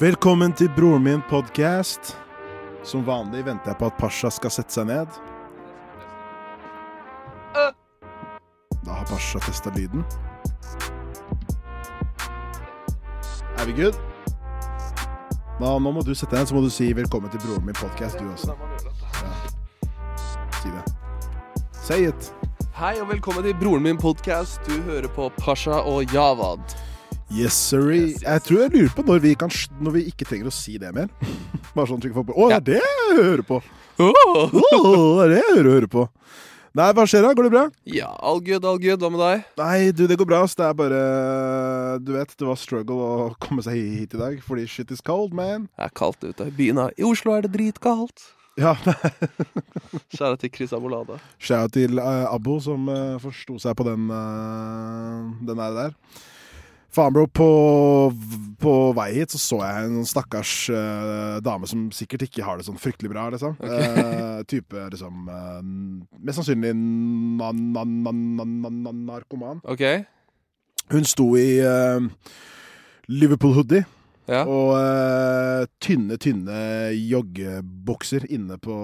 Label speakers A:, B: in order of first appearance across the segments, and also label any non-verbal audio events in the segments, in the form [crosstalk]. A: Velkommen til Broren min podcast. Som vanlig venter jeg på at Pasha skal sette seg ned. Da har Pasha testa lyden. Er vi good? Da, nå må du sette deg ned, så må du si velkommen til Broren min podcast, du også. Ja. Si det. Say it.
B: Hei og velkommen til Broren min podkast. Du hører på Pasha og Javad.
A: Yes, sorry. Jeg tror jeg lurer på når vi, kan, når vi ikke trenger å si det mer. [laughs] Bare sånn trykker folk på Å, det er det jeg hører på!
B: Oh!
A: Åh, det er det jeg hører, hører på. Nei, hva skjer da? Går det bra?
B: Ja, all good, all good. Hva med deg?
A: Nei, du, det går bra. ass. Det er bare Du vet, det var struggle å komme seg hit i dag, fordi shit is cold, man.
B: Det er kaldt ute i byen. da. I Oslo er det dritkaldt.
A: Ja,
B: Kjære til Chris Amolada.
A: Shout til eh, Abbo, som eh, forsto seg på den, eh, den der. der. Faen, bro. På, på vei hit så så jeg en sånn stakkars eh, dame som sikkert ikke har det sånn fryktelig bra, liksom. Eh, type liksom eh, Mest sannsynlig na, na, na, na, na, na, narkoman.
B: OK?
A: Hun sto i eh, Liverpool-hoodie.
B: Ja.
A: Og eh, tynne, tynne joggebukser inne på,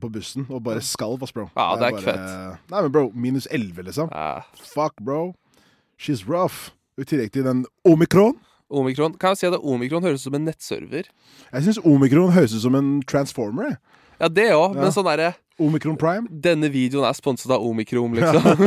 A: på bussen, og bare skalv, ass, bro.
B: Ja, det er
A: bare- Nei, men bro, minus 11, liksom.
B: Ja.
A: Fuck, bro. She's rough. I tillegg til den omikron.
B: Omikron. Kan jeg si at omikron høres ut som en nettserver?
A: Jeg syns omikron høres ut som en transformer. jeg.
B: Ja, det òg, men sånn derre
A: Omikron prime.
B: Denne videoen er sponset av omikron,
A: [laughs]
B: liksom.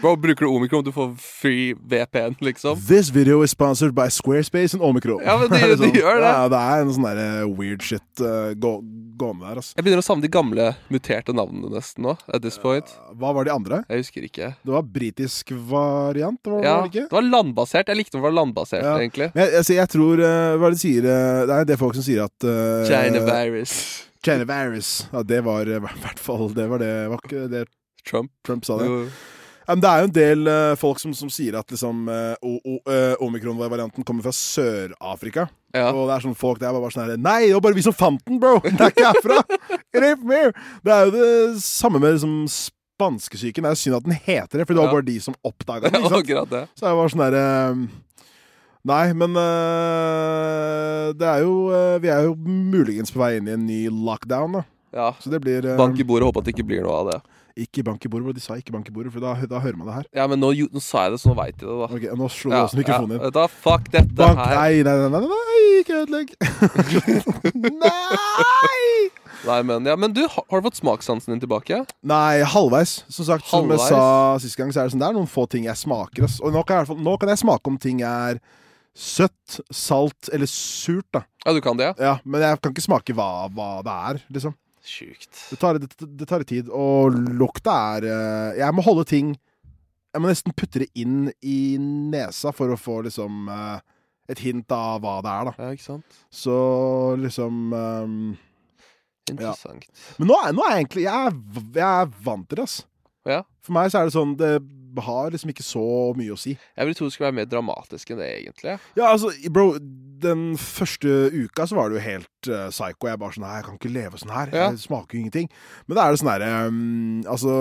B: Bro, bruker du omikron, du får free VPN, liksom.
A: This video is sponsored by Squarespace and omikron.
B: Ja,
A: [laughs]
B: men de-
A: Er sånn?
B: de gjør det.
A: Ja, det er en sånn der weird shit eh, gå- gående der, altså.
B: Jeg begynner å savne de gamle muterte navnene nesten nå. At this point.
A: Hva var de andre?
B: Jeg husker ikke.
A: Det var britisk variant, var
B: Ja,
A: det ikke?
B: det var landbasert. Jeg likte når det var landbasert,
A: Ja.
B: egentlig.
A: Men jeg, altså, jeg tror eh, Hva er det de sier eh, Det er det folk som sier at uh,
B: China virus.
A: China virus. Ja, det var eh, i hvert fall Det var det, var ikke det
B: Trump.
A: Trump sa. det
B: Jo.
A: ja, men Det er jo en del eh, folk som, som sier at liksom eh, o- o- eh, omikron-varianten kommer fra Sør-Afrika.
B: Ja.
A: Og det er sånn folk der bare, bare sånn her Nei, det var bare vi som fant den, bro! Det er ikke herfra! It ain't from here! Det er jo det samme med liksom spanskesyken. Det er jo synd at den heter det, for det var
B: Ja.
A: bare de som oppdaga den.
B: [laughs] Ja,
A: Ikke sant?
B: akkurat det.
A: Så jeg var sånn derre Nei, men eh, det er jo eh, Vi er jo muligens på vei inn i en ny lockdown, da.
B: Ja.
A: Så det blir eh,
B: Bank i bordet, håper at det ikke blir noe av det.
A: Ikke bank i bordet, bro. de sa ikke bank i bordet, for da, da hører man det her.
B: Ja, men nå, nå sa jeg det, så nå veit jeg det, da.
A: Ok, Nå slo du
B: Ja,
A: også mikrofonen
B: ja,
A: din.
B: Da, fuck dette
A: Bank
B: her.
A: Nei, nei, nei, nei, nei, nei, ikke ødelegg!
B: [laughs]
A: nei!
B: Nei, men, ja, men du, har har du fått smakssansen din tilbake?
A: Nei, halvveis. Som sagt, som jeg
B: Halvveis?
A: sa sist gang, så er det sånn det er noen få ting jeg smaker. Ass. Og nå kan, jeg, i hvert fall- nå kan jeg smake om ting er søtt, salt eller surt, da.
B: Ja, du kan det?
A: Ja, men jeg kan ikke smake hva, hva det er, liksom.
B: Sjukt.
A: Det tar, det, det tar litt tid, og lukta er eh, Jeg må holde ting Jeg må nesten putte det inn i nesa for å få liksom eh, et hint av hva det er, da.
B: Ja, ikke sant?
A: Så liksom eh,
B: Interessant.
A: Men nå er, nå er jeg egentlig jeg er, v- jeg er vant til det, ass.
B: Ja.
A: For meg så er det sånn Det har liksom ikke så mye å si.
B: Jeg ville tro det skulle være mer dramatisk enn det, egentlig.
A: Ja, altså, bro Den første uka så var det jo helt eh, psycho. Jeg bare sånn Nei, jeg kan ikke leve sånn her.
B: Ja.
A: Det smaker jo ingenting. Men da er det sånn herre Altså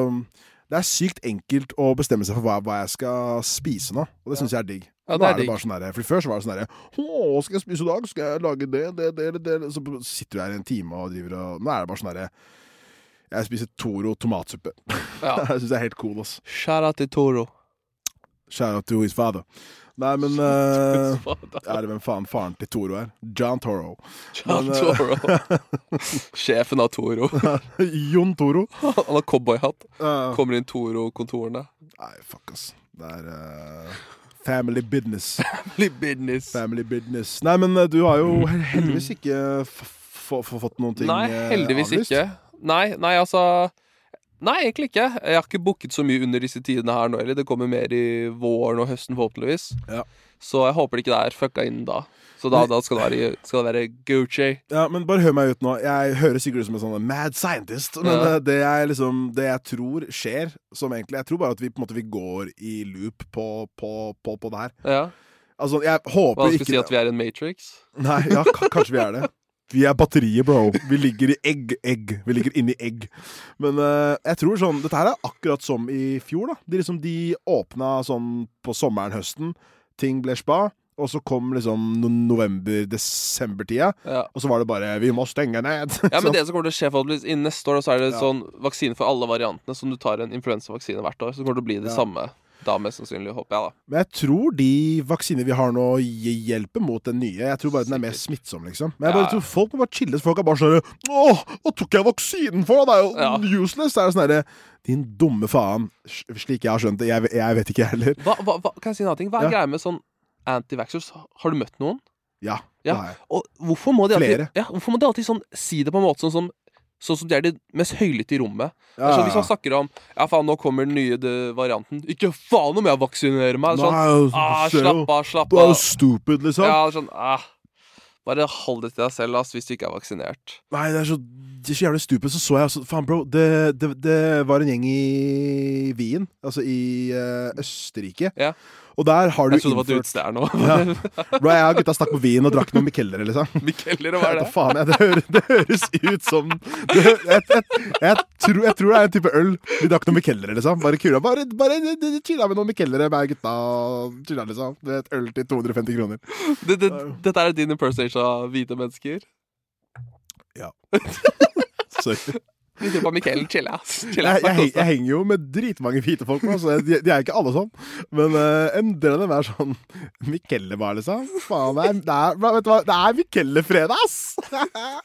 A: Det er sykt enkelt å bestemme seg for hva, hva jeg skal spise nå, og det syns jeg er digg.
B: Ja,
A: nå
B: det er
A: er det
B: digg.
A: bare sånn herre For før så var det sånn herre Å, skal jeg spise i dag? Skal jeg lage det, det, det, det, det? Så sitter du her i en time og driver og Nå er det bare sånn herre [laughs] Jeg spiser Toro tomatsuppe.
B: Ja.
A: det syns jeg er helt cool, ass.
B: Skjæra til Toro.
A: Shout out to his father. Nei, men
B: [laughs]
A: eh,
B: father.
A: [laughs] Er det hvem faen faren til Toro er? John
B: [laughs]
A: Toro.
B: John Toro.
A: eh,
B: [laughs] Sjefen av
A: [laughs]
B: Toro.
A: Jon Toro.
B: Han har cowboyhatt. Kommer inn Toro-kontorene.
A: Nei, fuck, ass. Det er eh, family business.
B: Blir business.
A: Family business. Nei, men eh, du har jo hel- heldigvis ikke eh, f f f fått noen ting
B: Mm. Nei,
A: eh,
B: heldigvis
A: avlyst.
B: ikke. Nei, nei, altså Nei, egentlig ikke. Jeg har ikke booket så mye under disse tidene her nå heller. Det kommer mer i våren og høsten, forhåpentligvis.
A: Ja.
B: Så jeg håper det ikke det er fucka inn da. Så da, da skal, det være, skal det være Gucci.
A: Ja, men bare hør meg ut nå. Jeg høres sikkert ut som en sånn mad scientist, men
B: Ja.
A: eh, det, jeg liksom, det jeg tror skjer, som egentlig Jeg tror bare at vi på en måte vi går i loop på, på, på, på det her.
B: Ja.
A: Altså, jeg
B: Hva
A: håper
B: skal vi
A: ikke
B: si at vi er en Matrix?
A: Nei, ja, k- kanskje vi er det. Vi er batteriet, bro. Vi ligger i egg, egg. Vi ligger inni egg. Men eh, jeg tror sånn Dette her er akkurat som i fjor, da. De, liksom, de åpna sånn på sommeren, høsten. Ting ble spa. Og så kom liksom no november-desember-tida,
B: Ja.
A: og så var det bare 'vi må stenge ned'.
B: Ja, men
A: Så-
B: det som kommer til å skje forhåpentligvis innen neste år, da, så er det sånn vaksine for alle variantene, som du tar en influensavaksine hvert år. Så kommer det til å bli det samme da, mest sannsynlig, håper jeg, da.
A: Men jeg tror de vaksiner vi har nå, gj- hjelper mot den nye. Jeg tror bare den er mer smittsom, liksom. Men jeg bare
B: Ja.
A: tror folk må bare chille. så Folk er bare sånn Åh, hva tok jeg vaksinen for? da? Det
B: Ja.
A: er jo useless. Det er sånn herre Din dumme faen. S- Slik jeg har skjønt det. Jeg, ve- jeg vet ikke, jeg heller.
B: Hva, hva, hva, kan jeg si en annen ting? Hva
A: Ja.
B: er greia med sånn anti-vaxxers? Har du møtt noen?
A: Ja.
B: Ja.
A: det har jeg.
B: Og hvorfor må de alltid,
A: Flere.
B: ja, hvorfor må de alltid sånn, si det på en måte sånn som Sånn som de er de mest høylytte i rommet. Det er
A: Ja,
B: sånn,
A: ja,
B: hvis
A: ja.
B: man snakker om Ja, faen, nå kommer den nye de, varianten. Ikke faen om jeg vaksinerer meg! Sånn,
A: Nei, altså,
B: ah,
A: se jo.
B: slapp av, slapp
A: Du er
B: av.
A: jo stupid, liksom.
B: Ja, sånn, ah. Bare hold det til deg selv, ass, hvis du ikke er vaksinert.
A: Nei, det er så det er så jævlig stupid. Så så jeg også Faen, bro. Det, det, det var en gjeng i Wien, altså i eh, Østerrike.
B: Ja.
A: Og der har du
B: Jeg trodde det var et utested her nå. [laughs]
A: Bro, jeg og gutta stakk på Wien og drakk noen Mikeller, liksom.
B: Mikkeller, hva
A: Jeg
B: er
A: vet
B: det?
A: da faen, jeg, det, høres, det høres ut som det, hø- jeg, jeg, jeg, tror, jeg tror det er en type øl. Vi drakk noen Mikeller, liksom. Bare kula. Bare, bare chilla med noen Mikeller med gutta. og Chilla, liksom. Du vet, øl til 250 kroner.
B: Det- det- Dette er din impersonation av hvite mennesker. [laughs]
A: Ja. Sorry.
B: Vi sier på Mikkeller, chill, ass. Chill,
A: Jeg,
B: ass.
A: jeg, heng-
B: kos
A: jeg
B: deg.
A: henger jo med dritmange hvite folk, nå, så jeg- de, de er ikke alle sånn. Men eh, en del av dem er sånn Mikkeller, bare, liksom. Faen, det er, det er, hva- vet du hva, det er Mikkeller-fredag, ass! [laughs]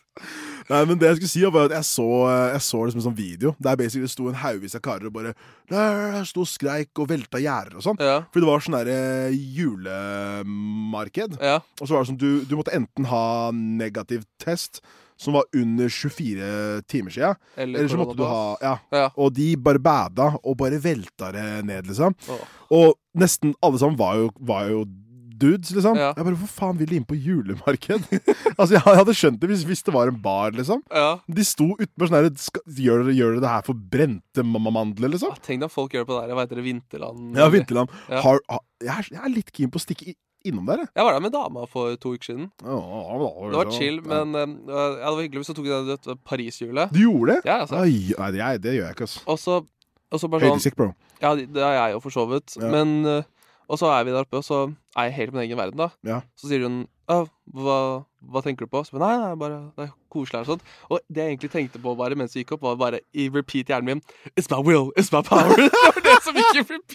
A: Nei, men det jeg skulle si var at jeg så, jeg så liksom en sånn video der basically det sto en haugvis av karer og bare der, sto og skreik og velta gjerder og sånn.
B: Ja.
A: Fordi det var sånn derre julemarked.
B: Ja.
A: Og så var det sånn du, du måtte enten ha negativ test, som var under 24 timer sia,
B: Eller
A: eller så måtte du ha
B: koronapass.
A: Ja.
B: Ja.
A: Og de bare bada og bare velta det ned, liksom.
B: Åh.
A: Og nesten alle sammen var jo, var jo dudes, liksom.
B: Ja.
A: Jeg bare Hvorfor faen vil de inn på julemarked? [laughs] altså, jeg hadde skjønt det hvis, hvis det var en bar, liksom.
B: Ja.
A: De sto utenfor sånn her "Skal- Gjør dere gjør dere det her for brente ma- ma- mandler, liksom?
B: Ah, Tenk deg om folk gjør det på der. Hva heter det? Vinterland?
A: Ja, Vinterland.
B: Ja.
A: Har, har, jeg, er, jeg er litt keen på å stikke i- innom der, jeg.
B: Jeg var der med dama for to uker siden. Det var chill, men eh, ja, det var hyggelig hvis du tok det det- det Paris-hjulet.
A: Du gjorde det?
B: Ja, altså.
A: Oi, nei, jeg, det gjør jeg ikke, altså.
B: Og så og så bare sånn
A: Høydesikk, bro.
B: Ja, det er jeg jo for så vidt.
A: Ja.
B: Men eh, Og så er vi der oppe, og så er jeg helt i min egen verden, da.
A: Ja.
B: Så sier hun «Å, hva, hva tenker du på? Så, bare, nei, nei, bare det er koselig her og sånt. Og det jeg egentlig tenkte på bare mens vi gikk opp, var bare i repeat i hjernen min It's my will, it's my power. [laughs] det var det som gikk i repeat.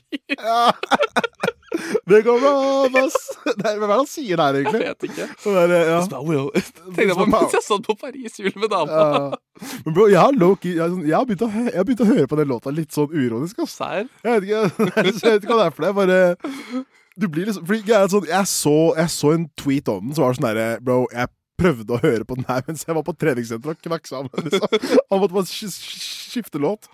A: Det går bra, ass! [laughs] Nei, men Hva er det han sier der,
B: Jeg
A: egentlig?
B: vet ikke.
A: Det der, ja.
B: It's my will. Tenkte jeg
A: my
B: på
A: power.
B: mens jeg satt på Paris-hjulet med dama.
A: Ja. Men bro, jeg har, low-key- jeg, har sånn- jeg, har begynt å hø- jeg har begynt å høre på den låta litt sånn uironisk, ass.
B: Sær.
A: Jeg vet ikke, [laughs] jeg vet ikke hva det er for deg. Bare Du blir liksom Fordi jeg, er sånn, jeg, så, jeg så en tweet om den som var sånn herre Bro, jeg prøvde å høre på den her [laughs] mens jeg var på treningssenteret og knakk sammen. Liksom. [laughs] Han måtte bare sk sk skifte låt.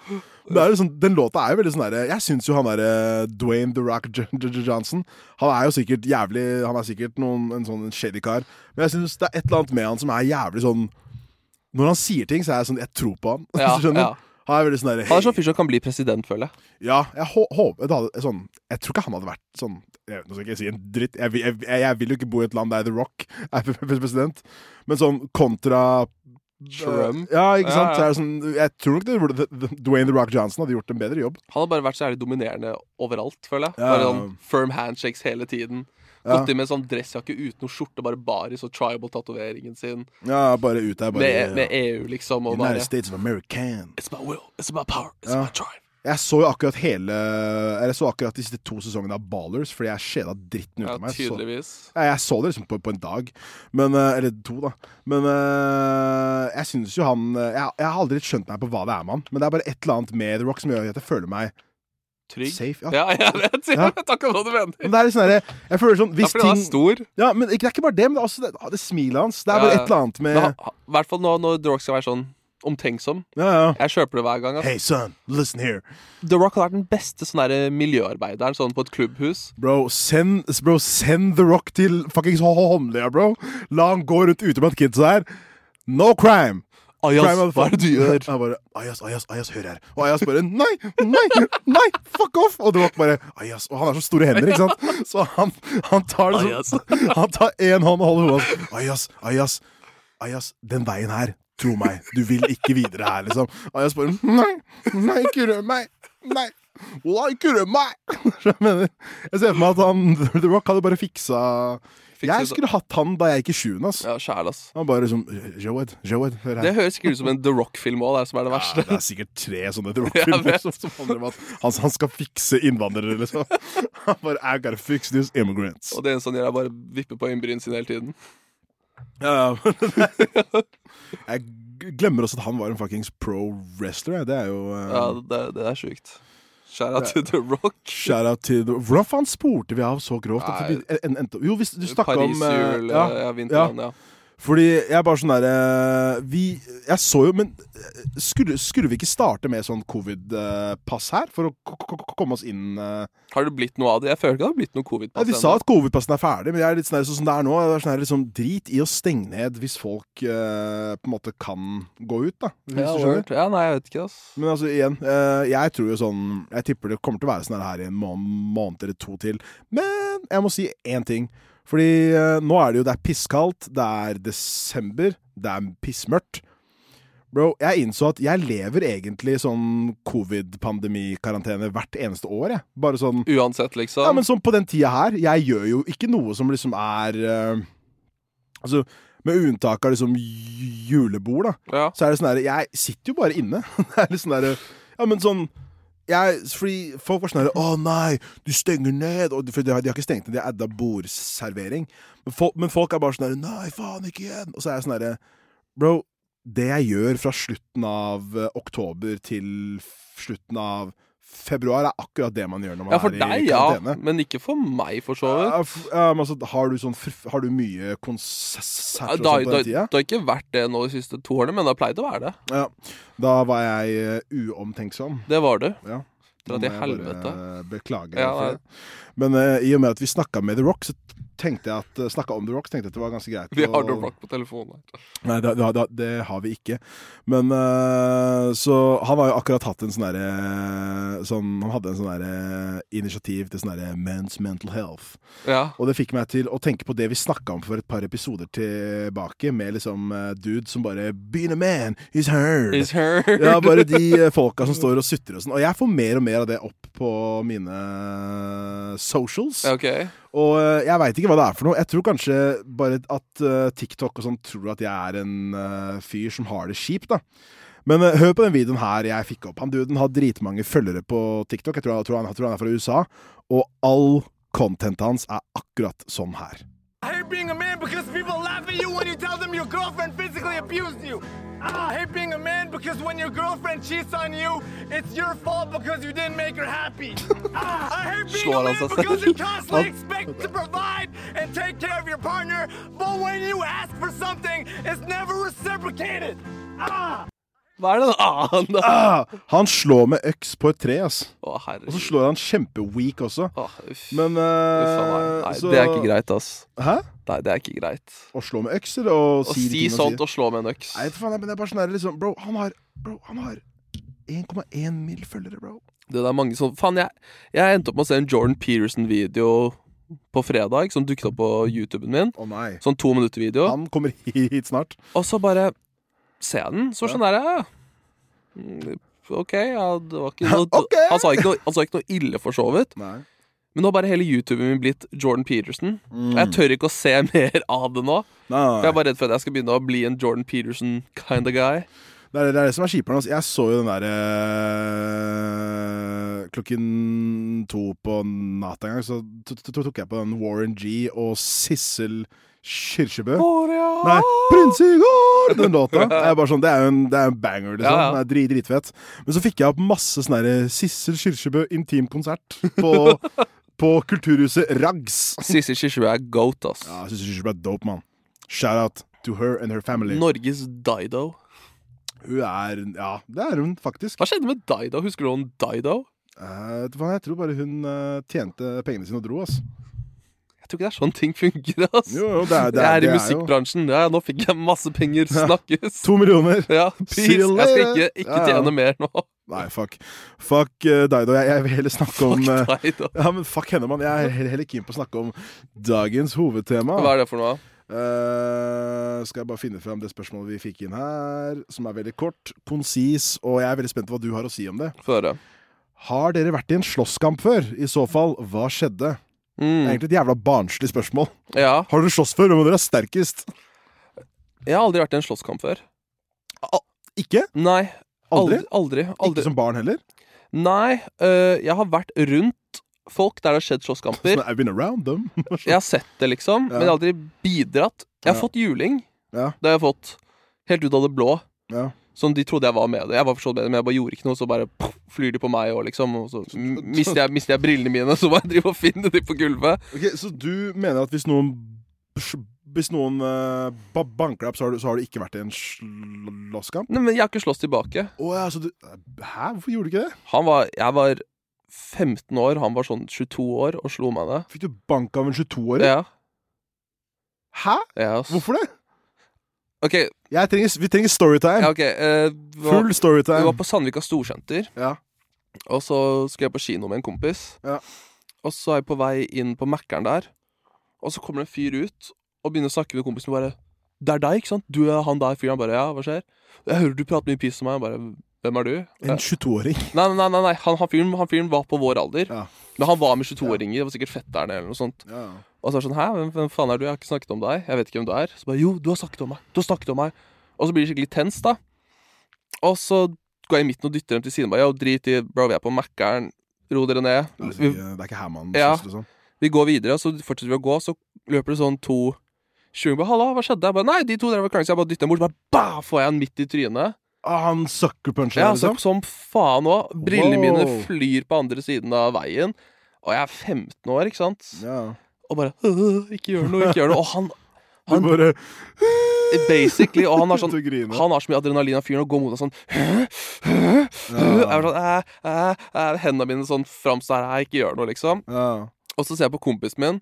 A: Det er jo sånn, den låta er jo veldig sånn herre Jeg syns jo han derre Dwayne The Rock J J J Johnson Han er jo sikkert jævlig Han er sikkert noen, en sånn shady kar. Men jeg syns det er et eller annet med han som er jævlig sånn Når han sier ting, så er jeg sånn Jeg tror på han. [laughs]
B: Ja,
A: Skjønner du?
B: ja.
A: Han er veldig sånn herre
B: Han er sånn fyr som kan bli president, føler jeg.
A: ja, jeg hå- håper det hadde, sånn, Jeg tror ikke han hadde vært sånn jeg, vet- Nå skal ikke jeg si en dritt. Jeg, vil- jeg, jeg, jeg vil jo ikke bo i et land der The Rock er pre- pre- president. Men sånn kontra eh,
B: Trump.
A: Ja, ikke
B: Ja,
A: sant?
B: ja.
A: Så er det sånn, jeg tror nok det, burde- the- the- Dwayne The Rock Johnson hadde gjort en bedre jobb.
B: Han har bare vært så jævlig dominerende overalt, føler jeg.
A: Ja.
B: Bare sånn firm handshakes hele tiden. Gått inn med sånn dressjakke uten noe skjorte, bare baris og tribal-tatoveringen sin.
A: Ja, bare ut der. Bare,
B: Med, med EU, liksom, og
A: United
B: bare
A: States of American.
B: It's my will, it's my power, it's my drive.
A: Jeg så jo akkurat hele Eller jeg så akkurat de siste to sesongene av Ballers, fordi jeg skjeda dritten ut
B: Ja,
A: av meg. Så,
B: tydeligvis.
A: ja, jeg så det liksom på, på en dag. Men, eh, eller to, da. Men eh, jeg syns jo han eh, jeg, jeg har aldri skjønt meg på hva det er med han, men det er bare et eller annet med The Rock som gjør at jeg føler meg
B: Trygg.
A: safe. Ja.
B: Ja, jeg vet, jeg
A: Ja.
B: vet akkurat hva du mener.
A: Men det er litt sånn derre- Jeg føler sånn
B: Det er
A: Hvis
B: fordi han er
A: ting
B: stor.
A: ja, men ikke, Det er ikke bare det, men det, er også det, det smilet hans. Det er bare
B: Ja, ja.
A: et eller annet med
B: Men han- han- I hvert fall nå når The Rock skal være sånn omtenksom.
A: ja, ja.
B: Jeg kjøper det hver gang. ass.
A: Hey son, listen here.
B: The Rock har vært den beste sånn der, miljøarbeideren sånn på et klubbhus.
A: Bro, send, bro, send The Rock til fuckings Ho- Ho- Holmlia, bro. La han gå rundt ute blant kidsa her. No crime! Crime
B: Ajas,
A: of-
B: hva er det du gjør?
A: Jeg bare, Ajas, Ajas, Ajas, hør her. Og Ajas bare nei, nei, nei, fuck off! Og The Rock bare Ajas. Og han har så store hender, ikke sant? Så han, han tar det
B: Ajas.
A: sånn Han tar én hånd og holder hodet hans. Ajas, Ajas, Ajas, den veien her. Tro meg, du vil ikke videre her, liksom. Ajas bare nei, nei, ikke rør meg. Nei. Wallah, ikke rør meg! Skjønner du hva Jeg mener? Jeg ser for meg at han The Rock hadde bare fiksa Jeg skulle hatt han da jeg gikk i sjuende, ass.
B: Ja, sjæl, ass.
A: Han bare liksom Joed, Joed, hør her.
B: Det høres ikke ut som en The Rock-film òg, det er som er det
A: Ja,
B: verste.
A: det er sikkert tre
B: [laughs]
A: sånne
B: Jeg
A: rockefilmer
B: vet.
A: som, som handler om at han, han skal fikse innvandrere, liksom. [laughs] Han bare I gotta fix these immigrants.
B: Og det eneste han gjør, er bare vippe på øyenbrynene sine hele tiden. [laughs]
A: Ja, [laughs] ja. jeg g- glemmer også at han var en fuckings pro wrestler. jeg. Det er jo eh,
B: Ja, det, det er sjukt. Skjæra til The Rock.
A: Shout out til Hvordan faen spurte vi av så grovt? At vi, en, en, jo, hvis du snakka om eh,
B: Paris-jul,
A: ja,
B: ja, vinterland, ja.
A: Fordi jeg er bare sånn derre Vi Jeg så jo, men eh, skulle, skulle vi ikke starte med sånn covid-pass her? For å k k k komme oss inn eh,
B: Har det blitt noe av det? Jeg føler ikke det har blitt noe
A: Ja,
B: covid-pass
A: de sa at covid-passen er ferdig, men jeg er litt sånn der, sånn som det er nå. Det er sånn her, liksom, drit i å stenge ned hvis folk eh, på en måte kan gå ut, da. Hvis
B: ja,
A: du skjønner.
B: word. ja, nei, jeg vet ikke, ass.
A: Men altså, igjen, eh, jeg tror jo sånn Jeg tipper det kommer til å være sånn her i en mån måned eller to til. Men jeg må si én ting. Fordi eh, nå er det jo det er pisskaldt, det er desember, det er pissmørkt. Bro, jeg innså at jeg lever egentlig sånn covid-pandemikarantene hvert eneste år, jeg. Bare sånn
B: Uansett, liksom.
A: ja, men sånn på den tida her, jeg gjør jo ikke noe som liksom er eh, Altså, med unntak av liksom ju- julebord, da,
B: Ja.
A: så er det sånn derre Jeg sitter jo bare inne. [laughs] Det er litt sånn derre Ja, men sånn jeg, fordi Folk var sånn herre Å nei, du stenger ned! Og, for de har, de har ikke stengt ned, de har adda bordservering. Men, fol, men folk er bare sånn herre Nei, faen, ikke igjen! Og så er jeg sånn herre Bro, det jeg gjør fra slutten av eh, oktober til f- slutten av februar, er akkurat det man gjør når man
B: ja, for
A: er
B: deg,
A: i
B: ja.
A: karantene.
B: Men ikke for meg, for så vidt.
A: Ja, f- ja, men altså, har du sånn fr- Har du mye konserter
B: Ja,
A: og
B: Det
A: sånn
B: har det
A: på den tida?
B: har- det har ikke vært det nå de siste to årene, men det har pleid å være det.
A: Ja. Da var jeg eh, uomtenksom.
B: Det var det.
A: Ja.
B: Dra
A: Da må
B: til
A: jeg bare,
B: helvete.
A: eh, Beklage
B: Ja,
A: for
B: nei.
A: det. Men eh, i og med at vi snakka med The Rock, så tenkte jeg at snakka om The Rock, tenkte jeg at det var ganske greit.
B: [laughs] Vi
A: å-
B: har The Rock på telefonen. her.
A: Nei, det, det, det, det har vi ikke. Men eh, så Han har jo akkurat hatt en sånn derre sånn, Han hadde en sånn derre initiativ til sånn derre Men's Mental Health.
B: Ja.
A: Og det fikk meg til å tenke på det vi snakka om for et par episoder tilbake, med liksom eh, dude som bare Being a man is hard.
B: Is her.
A: ja, bare de eh, folka som står og sutrer og sånn. Og jeg får mer og mer av det opp på mine eh, socials.
B: [laughs] Ja, OK.
A: Og eh, jeg veit ikke hva det er for noe. Jeg tror kanskje bare at eh, TikTok og sånn tror at jeg er en eh, fyr som har det kjipt, da. Men eh, hør på den videoen her jeg fikk opp. Han duden har dritmange følgere på TikTok. Jeg tror, jeg, tror han, jeg tror han er fra USA. Og all contentet hans er akkurat sånn her.
C: I hate being a man because people laugh at you when you tell them your girlfriend physically abused you. Ah, I hate being a man because when your girlfriend cheats on you, it's your fault because you didn't make her
A: [laughs]
C: happy. Ah, I hate being
B: Slår
C: a
B: han
C: man
B: seg selv?
C: because you constantly expect to provide and take care of your partner, but when you ask for something, it's never reciprocated. Ah!
B: Hva er det annet?
A: Ah, han slår med øks på et tre, ass.
B: Å,
A: Og så
B: herregud.
A: slår han kjempeweak også.
C: Ah.
B: Å, uff.
A: Men
B: Uff
A: eh,
B: a meg. Nei,
A: så-
B: det er ikke greit, ass.
A: Hæ?
B: Nei, det er ikke greit.
A: Å slå med øks, eller å
B: Å
A: si, de
B: si
A: tingene
B: sånt
A: han sier?
B: og slå med en øks.
A: Nei, for faen, men det er bare sånn der, liksom Bro, han har Bro, han har 1,1 mill. følgere, bro.
B: Det der er mange sånn Faen, jeg, jeg endte opp med å se en Jordan Peterson-video på fredag, som dukket opp på YouTuben min.
A: Å nei.
B: Sånn to minutter-video.
A: Han kommer [laughs] hit snart.
B: Og så bare ser jeg den, så sånn der ja. mm, OK, ja, det var
A: [laughs]
B: ikke noe,
A: Ok.
B: han, sa ikke noe, han sa ikke noe ille, for så vidt.
A: Nei.
B: Men nå har bare hele YouTuben min blitt Jordan Peterson.
A: Mm.
B: Og Jeg tør ikke å se [laughs] mer av det nå. For jeg er bare redd for at jeg skal begynne å bli en Jordan Peterson kind of guy.
A: Det er det, er det som er kjipere. Altså. Jeg så jo den der eh, Klokken to på natta en gang, så t- t- tok jeg på den Warren G og Sissel Kyrkjebø. Nei, 'Prinsegarden'! Den låta. Det er bare sånn, det er jo en, det er en banger, liksom.
B: Ja, ja.
A: Den er drit, dritfett. Men så fikk jeg opp masse sånn derre Sissel Kyrkjebø intimkonsert
B: [laughs]
A: på, på Kulturhuset Rags.
B: Sissy Kyrkjebø er goat, ass.
A: Ja, jeg syns Kyrkjebø er dope, mann. Shout out to her and her family.
B: Norges Dido.
A: Hun er Ja, det er hun faktisk.
B: Hva skjedde med Dido? Husker du om Dido?
A: Eh, vet du hva, jeg tror bare hun eh, tjente pengene sine og dro, ass.
B: Jeg tror ikke det er sånn ting fungerer, ass.
A: Jo, jo, det er, det
B: [laughs] jeg
A: er,
B: er i
A: det er jo
B: musikkbransjen. Ja, nå fikk jeg masse penger. Snakkes.
A: To millioner!
B: Ja,
A: See
B: please.
A: you
B: Jeg skal
A: later.
B: ikke, ikke
A: Ja, ja.
B: tjene mer nå. [laughs]
A: Nei, fuck. Fuck eh, Daido. Jeg, jeg vil heller snakke om eh,
B: Fuck Dido.
A: Ja, men fuck henne, mann. Jeg er he- heller keen på å snakke om dagens hovedtema.
B: Hva er det for noe?
A: Eh, skal jeg bare finne fram det spørsmålet vi fikk inn her, som er veldig kort, konsis, og jeg er veldig spent på hva du har å si om det.
B: Få høre.
A: Har dere vært i en slåsskamp før? I så fall, hva skjedde? Det
B: Mm.
A: er egentlig et jævla barnslig spørsmål.
B: Ja,
A: Har dere slåss før? Hvem av dere er sterkest?
B: jeg har aldri vært i en slåsskamp før.
A: Ikke?
B: Nei.
A: Aldri?
B: Aldri. aldri.
A: Ikke som barn heller?
B: Nei, øh, jeg har vært rundt folk der det har skjedd
A: Men
B: slåsskamper.
A: I've been around them.
B: Jeg har sett det, liksom, men jeg har aldri bidratt. Jeg har
A: Ja.
B: fått juling.
A: Ja.
B: Det har jeg fått helt ut av det blå.
A: [laughs] Ja.
B: Som de trodde jeg var med det. Jeg var forstått med det, men jeg bare gjorde ikke noe, så bare poff, flyr de på meg og liksom Og så m-
A: [laughs]
B: mister jeg, mister jeg brillene mine, så bare driver og finner de på gulvet.
A: Ok, Så du mener at hvis noen Hvis noen eh, ba- banker deg opp, så har, du, så har du ikke vært i en slåsskamp?
B: Nei, men jeg har ikke slåss tilbake.
A: Å ja, så du eh, Hæ, hvorfor gjorde du ikke det?
B: Han var Jeg var 15 år, han var sånn 22 år, og slo meg ned.
A: Fikk du bank av en 22-åring?
B: Ja.
A: Hæ?
B: ja ass.
A: Hvorfor det?
B: OK.
A: Jeg trenger, vi trenger storytime.
B: Ja, ok eh, det var-
A: Full
B: Vi var
A: storytime.
B: på Sandvika Storsenter,
A: Ja.
B: og så skulle jeg på kino med en kompis.
A: Ja.
B: Og så er jeg på vei inn på Mækkern der, og så kommer det en fyr ut og begynner å snakke med kompisen og bare 'Det er deg, ikke sant? Du er han der fyren.' Han bare 'Ja, hva skjer?' 'Jeg hører du prater mye piss om meg.' Jeg bare 'Hvem er du?'
A: En 22-åring.
B: Nei, nei, nei, nei. Han, han, fyren, han fyren var på vår alder.
A: Ja.
B: Men han var med 22-åringer. Det var sikkert fetterne eller noe sånt.
A: Ja.
B: Og så er det sånn 'Hæ, hvem, hvem faen er du? Jeg har ikke snakket om deg.' 'Jeg vet ikke hvem du er.' Så bare 'Jo, du har snakket om meg. Du har snakket om meg.' Og så blir det skikkelig tens, da. Og så går jeg i midten og dytter dem til siden. Bare, «Yo, drit i, bro, vi er på Mækkern. Ro dere ned.
A: Det er
B: Vi,
A: ikke, Altså, det er ikke her man
B: Ja.
A: slåss, liksom.
B: vi går videre, og så fortsetter vi å gå. Så løper det sånn to 20 bare 'Halla, hva skjedde?' Jeg bare 'Nei, de to der var klare', så jeg bare dytter dem bort. Bare, bah, får jeg han midt i trynet.
A: Ah, han sucker puncher
B: Ja,
A: deg,
B: altså,
A: liksom?
B: som faen òg. Brillene
A: Wow.
B: mine flyr på andre siden av veien. Og jeg er 15 år, ikke sant?
A: Ja.
B: Og bare «Øh, Ikke gjør noe, ikke gjør noe. Og han,
A: Du
B: han
A: bare
B: Basically. Og han har sånn
A: [laughs] Du griner.
B: Han har så mye adrenalin av fyren og går mot deg sånn «Hæ? Hæ? Hæ?» Jeg er sånn «Æ, æ, æ», Hendene mine sånn fram så her «Æ, Ikke gjør noe, liksom.
A: Ja.
B: Og så ser jeg på kompisen min.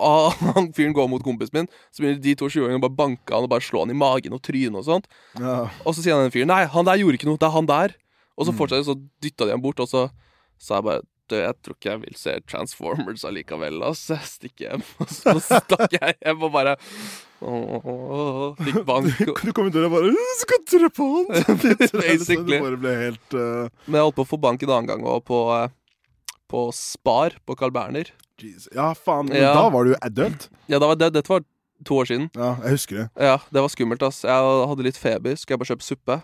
B: Og [laughs] han fyren går mot kompisen min, så begynner de to 20-åringene å bare banke han og bare slå han i magen og trynet og sånt.
A: ja.
B: Og så sier han den fyren Nei, han der gjorde ikke noe, det er han der. Og så fortsatte så dytta de ham bort, og så sa jeg bare du, jeg tror ikke jeg vil se Transformers allikevel, ass. Jeg stikker hjem. [laughs] Og så stakk jeg hjem og bare åh, Fikk bank. og-
A: Du kom i døra og bare «Øh, Skal dere på
B: [laughs]
A: han?
B: Basically.
A: Du bare ble helt eh,
B: Men jeg holdt på å få bank en annen gang òg, på, eh, på Spar på Carl Berner.
A: Jeez. Ja, faen. men
B: Ja.
A: Da var du jo adult.
B: Ja, da var det, dette var to år siden.
A: Ja, jeg husker det.
B: Ja, Det var skummelt, ass. Jeg hadde litt feber, skulle jeg bare kjøpe suppe.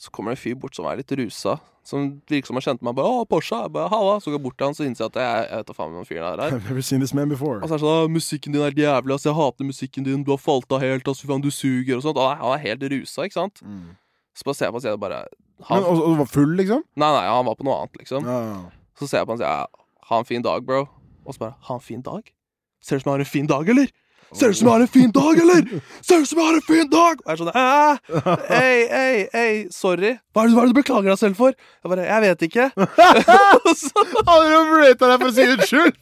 B: Så kommer det en fyr bort som er litt rusa, som virker som han kjente meg. Bare, Å, Porsche. Jeg bare, Halla. Så går jeg bort til han, så innser jeg at jeg, jeg vet da faen hvem den
A: [laughs]
B: fyren her er.
A: I've never seen this man before.
B: Og så er det sånn «Å, 'Musikken din er jævlig, ass. Jeg hater musikken din. Du har falt av helt, ass. Fy faen, du suger.' Og sånt. Og han er helt rusa, ikke sant? Så bare ser jeg på han og sier bare han,
A: Mm. Men, og, og du var full, liksom?
B: Nei, nei, han var på noe annet, liksom.
A: Ja.
B: Så ser jeg på han og sier «Ja, 'Ha en fin dag, bro'. Og så bare 'Ha en fin dag'? Ser du ut som jeg har en fin dag, eller? Ser du ut som jeg har en fin dag, eller? Ser du ut som jeg har en fin dag? Og jeg er sånn Æ, ei, ei, ei, sorry. Hva er, det, hva er det du beklager deg selv for? Jeg bare Jeg vet
A: [laughs]
B: ikke. og så,
A: Han rata deg for å si unnskyld!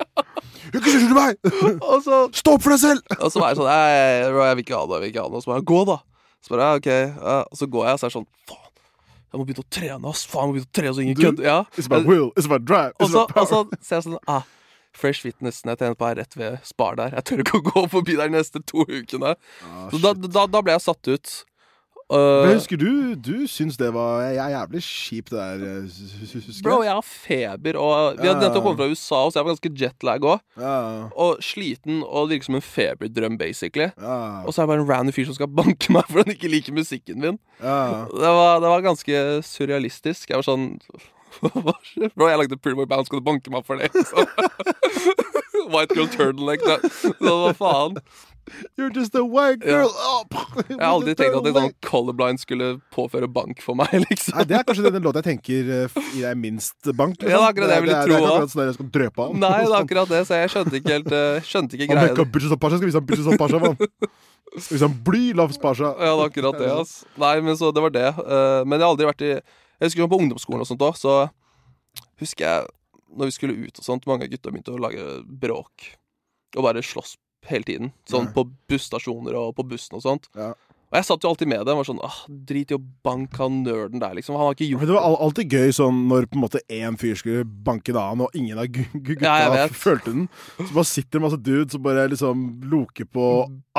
A: Du kan [laughs] ikke skylde meg! [laughs]
B: og så
A: Stå opp for deg selv!
B: Og så var jeg sånn «Nei, bro, Jeg vil ikke ha det, jeg vil ikke ha det. Og så bare Gå, da. Så bare, ja, ok ja. Og så går jeg, og så er jeg sånn Faen, jeg må begynne å trene, ass. Faen, jeg må begynne å trene så ingen
A: Du,
B: kødder. Ja.
A: It's about will, it's about drive,
B: Og
A: it's
B: så,
A: about
B: og så
A: power.
B: ser jeg sånn ah, Fresh Fitnessen jeg tjener på, er rett ved Spar der. Jeg tør ikke å gå forbi der de neste to ukene. så da, da, da ble jeg satt ut. Øh,
A: Ah, Men husker du, du syns det var jeg er jævlig kjipt, det der. øh, hus- Husker
B: Bro,
A: jeg.
B: jeg har feber, og vi hadde nettopp kommet fra USA, så jeg var ganske jetlag òg.
A: Ja,
B: Og sliten, og det virker som en feberdrøm, basically.
A: ja,
B: Og så er det bare en random fyr som skal banke meg for han ikke liker musikken min.
A: ja.
B: Det var, det var ganske surrealistisk. Jeg var sånn [laughs] Hva skjer? Bro, jeg lagde Pretty Boy Bounce, skal du banke meg for det? Så. [laughs] White girl turtleneck. det- Så hva faen?
A: You're just a white girl.
B: [laughs] Jeg har aldri tenkt at en sånn colorblind skulle påføre bank for meg, [laughs]
A: Nei,
B: liksom.
A: Det er kanskje den- den låta jeg tenker eh, f- gir deg minst bank. liksom.
B: Ja, det er akkurat det jeg ville
A: Det er, det er
B: tro
A: ikke
B: også.
A: akkurat sånn der jeg skal drøpe Sånn, av. [laughs]
B: Nei, det er akkurat det, så jeg skjønte ikke helt eh, Skjønte ikke
A: Han møkka
B: greia.
A: bitches of Pasha. Skal vise ham bitches of
B: [laughs]
A: Pasha, mann. Skal vise ham bly loves Pasha.
B: Ja, det er akkurat det, altså. ass. Nei, men så det var det. Eh, men jeg har aldri vært i Jeg husker sånn på ungdomsskolen og sånt òg, så husker jeg når vi skulle ut og sånt, mange av gutta begynte å lage bråk. Og bare slåss hele tiden. Sånn på busstasjoner og på bussen og sånt.
A: Ja.
B: Og jeg satt jo alltid med dem og var sånn ah, Drit i å banke han nerden der, liksom. Han har ikke
A: Men
B: gjort
A: det var al- alltid gøy sånn når på en måte én fyr skulle banke en annen, og ingen av gu- gu- gutta
B: Ja, jeg vet.
A: følte den. Så bare sitter det masse dudes og bare liksom loker på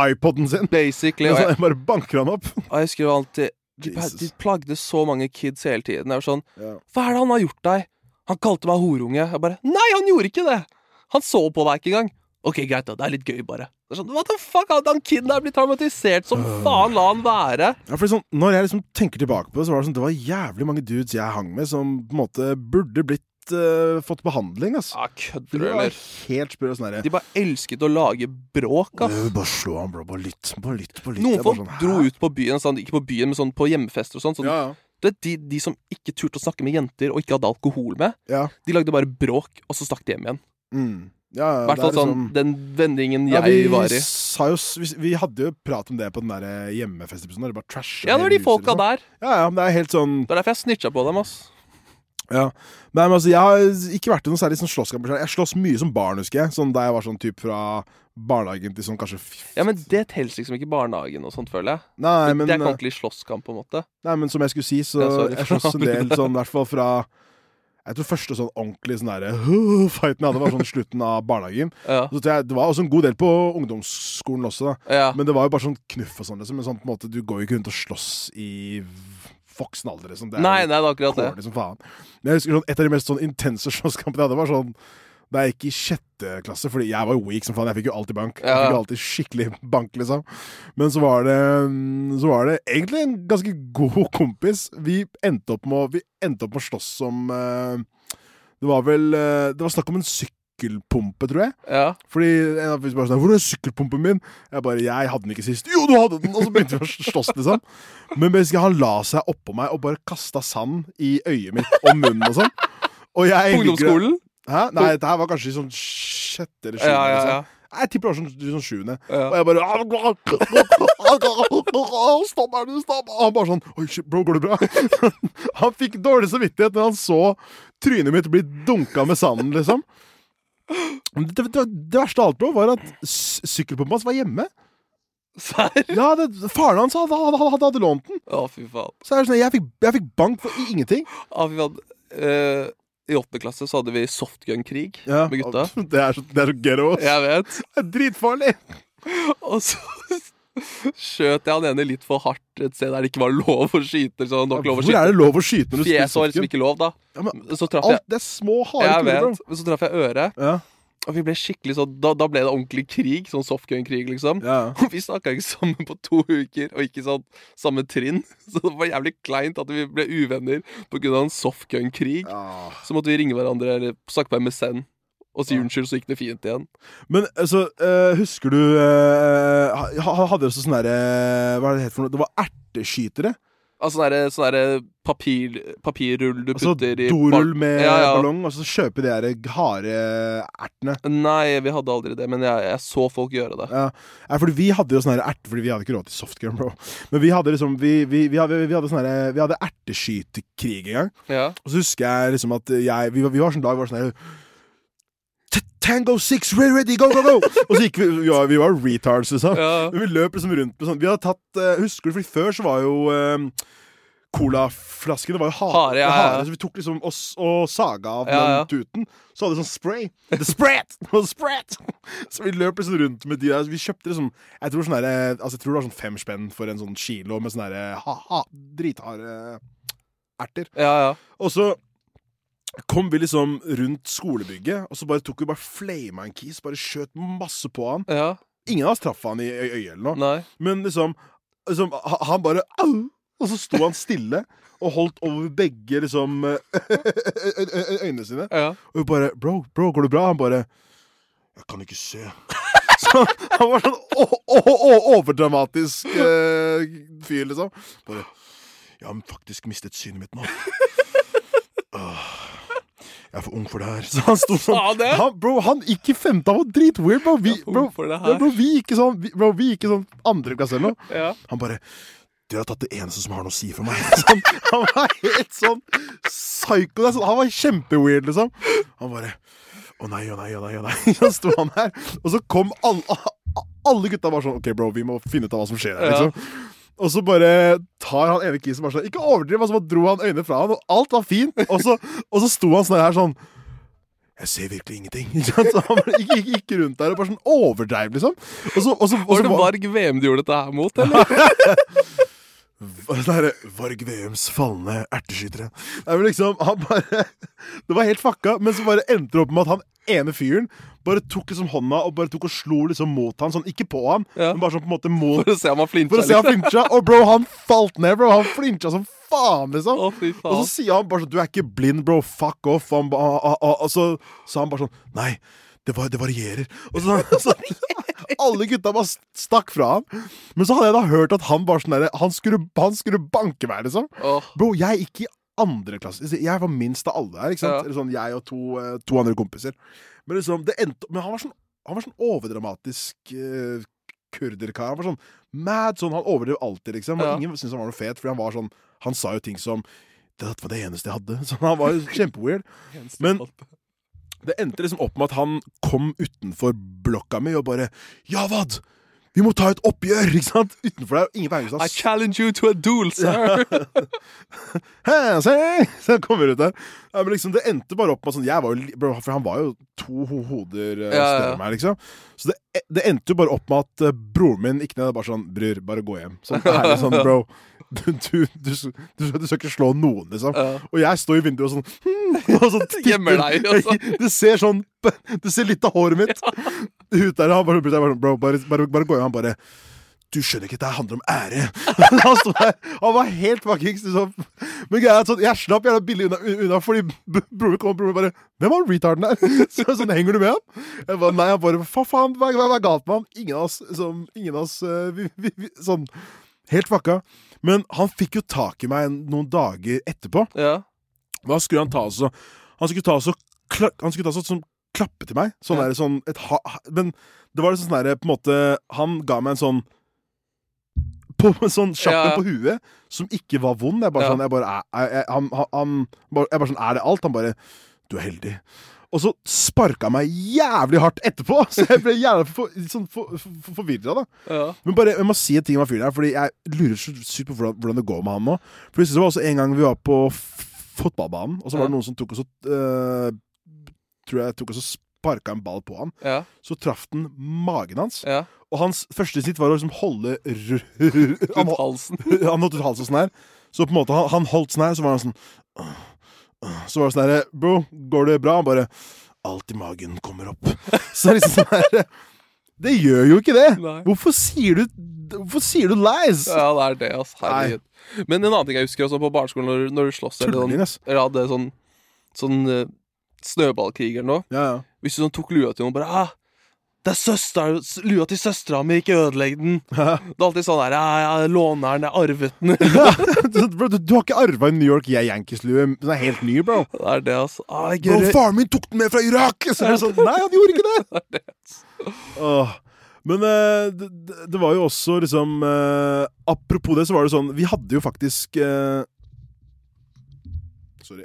A: iPoden sin.
B: Basically.
A: Og [laughs]
B: Og jeg,
A: så bare banker han opp.
B: og jeg husker jo alltid de, pla-
A: Jesus.
B: de plagde så mange kids hele tiden. Jeg var sånn
A: Ja.
B: Hva er det han har gjort deg? Han kalte meg horunge. Jeg bare Nei, han gjorde ikke det! Han så på deg ikke engang. Ok, greit, da. Det er litt gøy, bare. Det er sånn, What the fuck? Han, han kiden der blir traumatisert som faen. La han være.
A: Ja, fordi sånn, når jeg liksom tenker tilbake på det, så var det sånn Det var jævlig mange dudes jeg hang med, som på en måte burde blitt eh, fått behandling, altså.
B: Ja,
A: De
B: kødder du,
A: var
B: eller?
A: helt sprø sånn herre
B: De bare elsket å lage bråk, ass.
A: Bare slå han, bro. Bare lytt, bare lytt. Bare lytt.
B: Noen
A: Jeg bare
B: folk
A: sånn,
B: dro
A: hæ?
B: ut på byen, sånn, ikke på byen, men sånn på hjemmefester og sånn. sånn
A: Ja, ja.
B: du vet, de, de som ikke turte å snakke med jenter, og ikke hadde alkohol med,
A: Ja.
B: de lagde bare bråk, og så stakk de hjem igjen.
A: Mm. ja, ja
B: I hvert
A: det er
B: fall sånn
A: liksom-
B: den vendingen
A: Ja,
B: jeg
A: vi,
B: var i.
A: sa jo, s- vi, vi hadde jo prat om det på den der eh, hjemmefestepisoden. der sånn, Det bare trasha
B: Ja, det var
A: hele
B: de
A: huset,
B: folka
A: liksom.
B: der.
A: Ja, ja, men det er helt sånn
B: Det er derfor jeg snitcha på dem, ass.
A: ja. Nei, men altså, Jeg har ikke vært i noen særlig sånn slåsskamper. selv. Jeg slåss mye som barn, husker jeg. Sånn Da jeg var sånn typ fra barnehagen til sånn kanskje f-
B: Ja, men det teller liksom ikke i barnehagen og sånt, føler jeg.
A: Nei, men, eh,
B: det er ikke ordentlig slåsskamp, på en måte.
A: nei, men som jeg skulle si, så
B: Ja, sorry.
A: jeg slåss en del sånn, i hvert fall fra jeg tror første sånn ordentlig sånn der, [laughs] fighten jeg hadde, var sånn slutten av barnehagen.
B: Ja.
A: Så tror jeg, Det var også en god del på ungdomsskolen også, da.
B: Ja.
A: Men det var jo bare sånn knuff og sånn, liksom. Men sånn, på en måte, du går jo ikke rundt og slåss i voksen alder, liksom. Det er
B: Nei,
A: jo
B: nei, det er akkurat det.
A: corny som faen. Men jeg husker sånn, et av de mest sånn intense slåsskampene jeg hadde, var sånn da jeg gikk i sjette klasse, fordi jeg var jo weak som faen. Jeg fikk jo alltid bank. Jeg
B: Ja, ja.
A: fikk jo alltid skikkelig bank, liksom. Men så var det mm, Så var det egentlig en ganske god kompis. Vi endte opp med, å- vi endte opp med å slåss som eh, Det var vel eh, Det var snakk om en sykkelpumpe, tror jeg.
B: Ja.
A: Fordi en av bare sånn, Hvor er sykkelpumpen min? Jeg bare Jeg hadde den ikke sist. Jo, du hadde den! Og så begynte vi å slåss, liksom. Men mens han la seg oppå meg og bare kasta sand i øyet mitt og munnen og sånn. Og jeg
B: På ungdomsskolen?
A: Hæ? Nei, dette her var kanskje i sånn sjette eller sjuende.
B: Ja, ja, ja.
A: liksom. Jeg tipper det var sånn, sånn sjuende.
B: Ja.
A: Og jeg bare Stopp her, du! Stopp! Og Han bare sånn Oi, shit, bro, går det bra? Han fikk dårlig samvittighet når han så trynet mitt bli dunka med sanden, liksom. Men Det, det, det verste av alt, bro, var at s- sykkelpumpa hans var hjemme.
B: [laughs] Serr?
A: Ja, det, Faren hans hadde, hadde, hadde, hadde lånt den.
B: Å, fy faen.
A: Så er det sånn, jeg fikk, jeg fikk bank for ingenting.
B: Å, fy faen. Eh, I åttende klasse så hadde vi softgun-krig med gutta.
A: Det er så, det er så ghetto. ass.
B: Jeg vet.
A: Det er dritfarlig.
B: Og så [laughs] skjøt jeg han ene litt for hardt et sted der det ikke var lov å skyte. Så han nok lov å
A: Hvor er
B: skyte.
A: det lov å skyte når du
B: Fjeset var
A: spiser
B: liksom
A: sokken?
B: ikke lov, da.
A: Ja, men
B: Så traff jeg
A: alt det er små, harde
B: Jeg
A: kuler,
B: vet.
A: bro.
B: Men så traff jeg øret.
A: Ja.
B: Og vi ble skikkelig sånn Da, da ble det ordentlig krig. Sånn softgun-krig, liksom.
A: Ja.
B: Og [laughs] vi snakka ikke sammen på to uker, og ikke sånn samme trinn. [laughs] Så det var jævlig kleint at vi ble uvenner pga. en softgun-krig. Så måtte vi ringe hverandre eller snakke på MSN og si unnskyld, så gikk det fint igjen.
A: Men altså, eh, husker du eh, ha- ha- Hadde dere også sånne derre Hva er det det het for noe? Det var erteskytere.
B: Altså sånn derre- sånn derre papir, papirrull du
A: Altså
B: putter i
A: dorull med
B: ja, ja.
A: ballong, og så kjøpe de der harde ertene.
B: Nei, vi hadde aldri det, men jeg, jeg så folk gjøre det.
A: Ja. Nei, fordi vi hadde jo sånne her ert... Fordi vi hadde ikke råd til softgun, bro. Men vi hadde liksom Vi, vi, vi, hadde, vi hadde sånne her Vi hadde erteskytekrig en gang.
B: Ja.
A: Og så husker jeg liksom at jeg Vi, var- vi var sånn dag var sånn her "T- Tango six, we're ready, go, go, go! Og så gikk vi Vi var, vi var retards, liksom.
B: Ja.
A: Men vi løp liksom rundt med sånn Vi hadde tatt eh, Husker du, fordi før så var jo eh, colaflaskene var jo hare,
B: Hare, ja, ja, ja.
A: så vi tok liksom og, s- og saga av
B: Ja, ja.
A: den tuten. Så hadde de sånn spray. The sprat! [laughs] Og sprat! Så vi løp liksom rundt med de der. Vi kjøpte liksom Jeg tror, sånn der, altså, jeg tror det var sånn fem spenn for en sånn kilo med sånne der ha, ha, dritharde erter.
B: Ja, ja.
A: Og så kom vi liksom rundt skolebygget, og så bare tok vi bare flama en kis. Bare skjøt masse på han.
B: ja.
A: Ingen av oss traff han i ø- øyet eller noe.
B: Nei.
A: Men liksom, liksom ha- Han bare Au! Og så sto han stille og holdt over begge liksom [laughs] ø- ø- ø- øynene sine.
B: Ja.
A: Og vi bare Bro, bro, går det bra? Han bare Jeg kan ikke se. [laughs] Så han var sånn o- o- o- overdramatisk eh, fyr, liksom. Bare Jeg har faktisk mistet synet mitt nå. [laughs] Åh, Jeg er for ung for det her. Så han sto
B: Sa han
A: sånn
B: det?
A: han, Bro, han gikk i femte, han var dritweird, bro. Vi,
B: Jeg er for ung
A: bro,
B: for det
A: ja,
B: her.
A: bro, vi gikk i sånn, vi, bro, vi gikk i sånn andre klasse eller noe.
B: Ja.
A: Han bare Dere har tatt det eneste som har noe å si for meg. [laughs] Sånn, han var helt sånn psycho. det er Sånn, han var kjempeweird, liksom. Han bare Å nei, å nei, å nei. å nei [laughs] Så sto han her. Og så kom alle, alle gutta bare sånn OK, bro, vi må finne ut av hva som skjer her,
B: Ja.
A: liksom. Og så bare tar han ene kisen bare sånn Ikke overdriv, altså bare dro han øynene fra han, og alt var fint. Og så, og så sto han sånn her sånn Jeg ser virkelig ingenting. [laughs] Ikke sant? Så han bare gikk, gikk, gikk rundt der og bare sånn overdreiv, liksom. Og så, og så, og
B: Var
A: så
B: det
A: var-
B: Varg VM du gjorde dette her
A: [laughs]
B: mot, eller?
A: Sånn derre Varg VMs falne erteskytere. Nei, men liksom, han bare Det var helt fucka, men så bare endte det opp med at han ene fyren bare tok liksom hånda og bare tok og slo liksom mot han, sånn ikke på han,
B: Ja.
A: men bare sånn på en måte mot
B: For å se om han flincha. liksom.
A: for å se han flincha. Og bro, han falt ned, bro. Han flincha som faen, liksom.
B: Å, fy faen.
A: Og så sier han bare sånn Du er ikke blind, bro. Fuck off. Han, ba- ah, ah, ah. og så sa han bare sånn Nei, det, var, det varierer. Og så, [laughs] så Alle gutta bare st- stakk fra han. Men så hadde jeg da hørt at han bare sånn derre han, skulle- han skulle banke meg, liksom.
B: Åh.
A: Bro, jeg gikk i andre klasse. Altså, Jeg var minst av alle her. ikke sant?
B: Ja.
A: Eller sånn, Jeg og to, eh, to andre kompiser. Men liksom, det endte Men han var sånn, han var sånn overdramatisk eh, kurderkar. Han var sånn mad sånn. Han overdrev alltid, liksom. Og
B: Ja.
A: Ingen syntes han var noe fet, fordi han var sånn Han sa jo ting som Dette var det eneste jeg hadde. [laughs] Så han var jo kjempeweird. Men det endte liksom opp med at han kom utenfor blokka mi og bare Javad! Vi må ta et oppgjør! [laughs] ikke sant? Utenfor der. Ingen på Haugestad
B: I challenge you to a duel, sir!
A: «Hæ, se!» Så jeg kommer ut der. Ja, men liksom, det endte bare opp med sånn jeg var jo, li- bro, For han var jo to ho hoder eh,
B: Ja, ja,
A: større
B: ja.
A: enn meg, liksom. Så det, det endte jo bare opp med at eh, broren min gikk ned og bare sånn Bror, bare gå hjem.
B: [laughs]
A: Sånn ærlig sånn, bro. Du, du, du, s- du, du skal ikke slå noen, liksom. Og jeg står i vinduet og sånn [laughs] hmm, Og så titter-
B: [laughs] Gjemmer deg, altså.
A: [laughs] Du ser sånn Du ser litt av håret mitt ut der. Han bare, bare, sånn, bro, bare, bare, bare gå hjem. Han bare du skjønner ikke, dette handler om ære. [laughs] han, sto der, han var helt fuckings liksom. Men greia er at sånn, jeg slapp jævla billig unna, unna fordi b- broren kom og broren bare 'Hvem var retarden der?' [laughs] Så, sånn henger du med ham? Jeg bare, nei, han bare 'Fa faen, hva, hva, hva er galt med ham?' Ingen av oss, liksom, ingen av oss eh, vi, vi, vi, Sånn helt fucka. Men han fikk jo tak i meg noen dager etterpå.
B: [laughs] ja.
A: Hva skulle han ta oss og Han skulle ta oss og kla, Han skulle ta oss og sånn, klappe til meg. Sånn
B: Ja.
A: der, sånn et ha, ha- Men det var liksom sånn derre på en måte Han ga meg en sånn på, [laughs] en sånn
B: Ja,
A: kjappen
B: ja.
A: på huet som ikke var vond. Jeg bare
B: Ja.
A: sånn Jeg bare, er- er- er- han, han, han, bare, jeg bare sånn Er det alt? Han bare Du er heldig. Og så sparka han meg jævlig hardt etterpå, [laughs] så jeg ble jævlig for, sånn for, for, forvirra, da.
B: ja.
A: Men bare, jeg må si en ting om han fyren her, Fordi jeg lurer så sykt på hvordan, hvordan det går med han nå. For jeg synes det var også En gang vi var på f- fotballbanen, og så var det
B: Ja.
A: noen som tok oss og eh, Tror jeg tok oss og sparka en ball på han.
B: Ja.
A: Så traff den magen hans,
B: Ja.
A: og hans første sitt var å liksom holde ru- [laughs] han,
B: Rundt
A: hol-
B: halsen.
A: han holdt ut halsen sånn her. Så på en måte han, han holdt sånn her, så var han sånn «Åh, åh». Så var det sånn her Bro, går det bra? Han bare Alt i magen kommer opp. [laughs] Så liksom sånn her Det gjør jo ikke det!
B: Nei.
A: Hvorfor sier du Hvorfor sier du lies?
B: Ja, det er det, altså. Herregud. Men en annen ting jeg husker også på barneskolen, når, når du slåss eller
A: Tulling,
B: sånn,
A: ass.
B: eller hadde sånn, sånn eh, snøballkrig eller noe
A: Ja, [laughs] ja.
B: Hvis du sånn tok lua til noen bare ah, 'Det er søster, lua til søstera mi, ikke ødelegg [laughs] den.' Det er alltid sånn der ja, ja, 'Låner den, jeg arvet den.' [laughs] det
A: bro, du, du har ikke arva en New York Jeg Yankees-lue. Den er helt ny, bro.
B: er det, altså. Ah, jeg
A: Bro,
B: gørre-
A: faren min tok den med fra Irak! Så er det sånn, Nei, han gjorde
B: [laughs]
A: ikke det! Åh. Men eh, det, det- det var jo også liksom eh, Apropos det, så var det sånn Vi hadde jo faktisk eh, Sorry.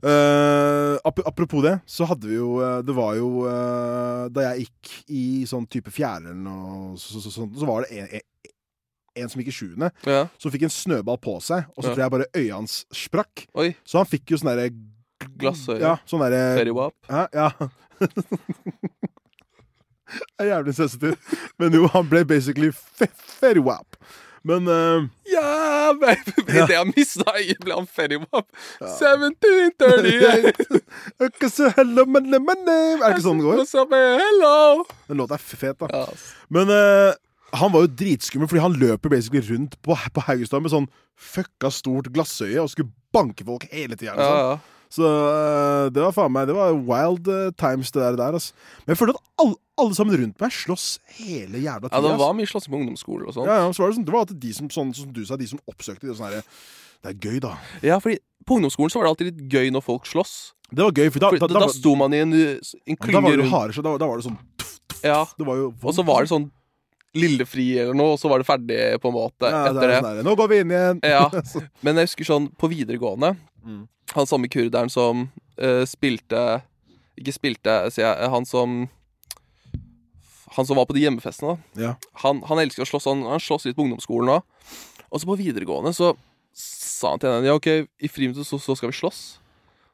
A: Eh, ap apropos det, så hadde vi jo eh, Det var jo eh, Da jeg gikk i sånn type fjerde eller noe så, så, så, sånt, så var det en, en, en som gikk i sjuende,
B: Ja.
A: som fikk en snøball på seg, og så
B: Ja.
A: tror jeg bare øya hans sprakk.
B: Oi.
A: Så han fikk jo sånn derre
B: Glassøye.
A: Ja, sånn derre
B: Feriwap.
A: Hæ? Ja. [laughs] Jeg er jævlig sensitiv. Men jo, han ble basically fe- feriwap. Men eh,
B: Ja, baby, [laughs] det jeg mista iblant feriwap.
A: [laughs]
B: 1738.
A: Ikke så hello, men, men, eh, Er det ikke sånn det går?
B: What's up, eh, hello?
A: Den låta er fet, da.
B: Ja, ass.
A: Men eh, han var jo dritskummel, fordi han løper basically rundt på, på Haugestad med sånn fucka stort glassøye og skulle banke folk hele tida.
B: Ja, ja.
A: Så eh, det var faen meg Det var wild eh, times, det der. der ass. Men jeg følte at alle, alle sammen rundt meg slåss hele jævla
B: ja,
A: tida.
B: det var mye slåssing på ungdomsskolen og sånn.
A: ja, ja, så var det, sånn, det var alltid de som, sånn, som du sa, de som oppsøkte det. Sånn herre, det er gøy, da.
B: Ja, fordi på ungdomsskolen så var det alltid litt gøy når folk slåss.
A: Det var gøy, for da, da,
B: For da,
A: da, var-
B: sto man i en, en
A: da
B: klynge
A: var det
B: rundt.
A: hardere, så da, da var det sånn tuff, tuff,
B: Ja.
A: Det var jo
B: Og så var det sånn Lillefri eller noe, og så var det ferdig på en måte
A: ja, det
B: etter
A: er
B: det. Eh.
A: sånn herre, Nå går vi inn igjen!
B: Ja. Men jeg husker sånn på videregående Han samme kurderen som eh, spilte Ikke spilte, sier jeg. Han som Han som var på de hjemmefestene, da.
A: Ja.
B: Han, han elsker å slåss. Han, han slåss litt på ungdomsskolen òg. Og så på videregående så sa han til henne Ja, OK, i friminuttet så, så skal vi slåss.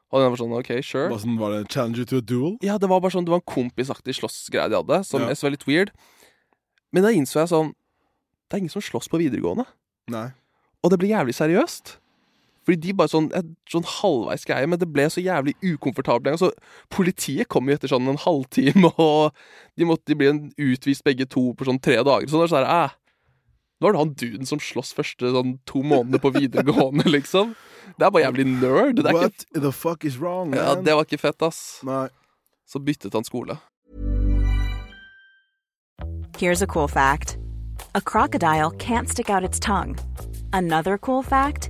B: Og den var sånn OK, sure.
A: Var, sånn, var det Challenger to a duel?
B: Ja, det var bare sånn, det var en kompisaktig slåssgreie de hadde, som
A: Ja.
B: jeg synes var litt weird. Men da innså jeg sånn Det er ingen som slåss på videregående.
A: Nei.
B: Og det ble jævlig seriøst. Fordi de bare sånn, et sånn halvveis greie, men det ble så jævlig ukomfortabelt. Altså, politiet kom jo etter sånn en halvtime, [laughs] og de måtte bli en, utvist begge to på sånn tre dager. Så det er sånn her, æh. Nå er det han duden som slåss første sånn to månedene på videregående, [laughs] liksom. Det er bare jævlig nerd. Det, er ikke,
A: What the fuck is wrong, man?
B: ja, det var ikke fett, ass.
A: Nei.
B: Så byttet han skole.
D: Here's a cool fact a crocodile can't stick out its tongue. Another cool fact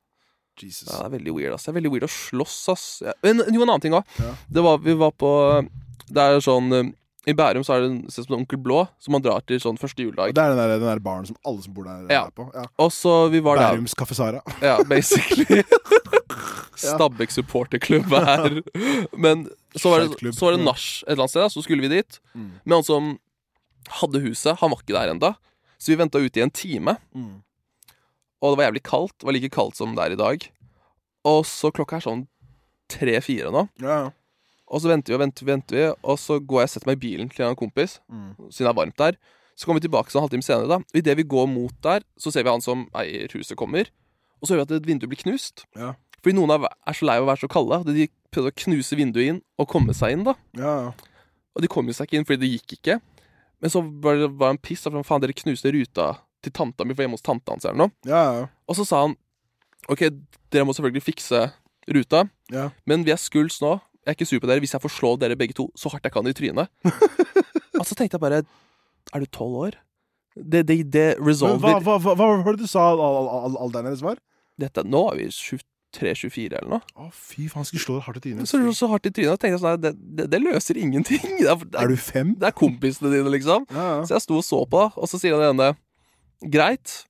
A: Jesus.
B: Ja, det er veldig weird, ass. Det er veldig weird å slåss, ass. Ja. Men jo, en annen ting òg. Det var, vi var på Det er sånn um, I Bærum så er det en sted som heter Onkel Blå, som man drar til sånn første
A: Og
B: juledag.
A: Det er den der, den der baren som alle som bor der,
B: Ja.
A: er på. Ja.
B: Og så vi var der
A: Bærums Kaffe Sara.
B: Ja,
A: [laughs]
B: basically. Stabæk supporterklubb her. Men så var det,
A: Skøyteklubb.
B: så var det nach et eller annet sted, da, så skulle vi dit. Men han som hadde huset, han var ikke der ennå, så vi venta ute i en time. Og det var jævlig kaldt. Det var like kaldt som det er i dag. Og så klokka er sånn tre-fire nå.
A: Ja, ja.
B: Og så venter vi og venter, venter vi, og så går jeg og setter meg i bilen til en annen kompis, siden det er varmt der. Så kommer vi tilbake sånn en halvtime senere. da Og Idet vi går mot der, så ser vi han som eier huset, kommer. Og så hører vi at et vindu blir knust.
A: Ja.
B: Fordi noen er, er så lei av å være så kalde. at De prøvde å knuse vinduet inn og komme seg inn. da
A: ja, ja.
B: Og de kom jo seg ikke inn, fordi det gikk ikke. Men så var det var han piss. da, for han, Faen, dere knuste ruta til tanta mi, for hjemme hos tanta hans eller noe.
A: ja, ja.
B: Og så sa han OK, dere må selvfølgelig fikse ruta.
A: ja.
B: Men vi er skuls nå. Jeg er ikke sur på dere. Hvis jeg får slå dere begge to så hardt jeg kan i trynet
A: [laughs]
B: Og så tenkte jeg bare Er du tolv år? Det, det, det
A: Men hva,
B: resolver
A: hva, hva, hva var det du sa al- al- al- alderen hennes var?
B: dette. Nå er vi 23-24 eller noe.
A: Å, fy faen, skulle slå deg hardt i trynet.
B: Så, så hardt i trynet. tenkte jeg sånn, nei, det, det, det løser ingenting. [laughs] Det er, det,
A: Er
B: er,
A: du fem?
B: det er kompisene dine, liksom.
A: Ja, ja.
B: Så jeg sto og så på, da. Og så sier han ene Greit.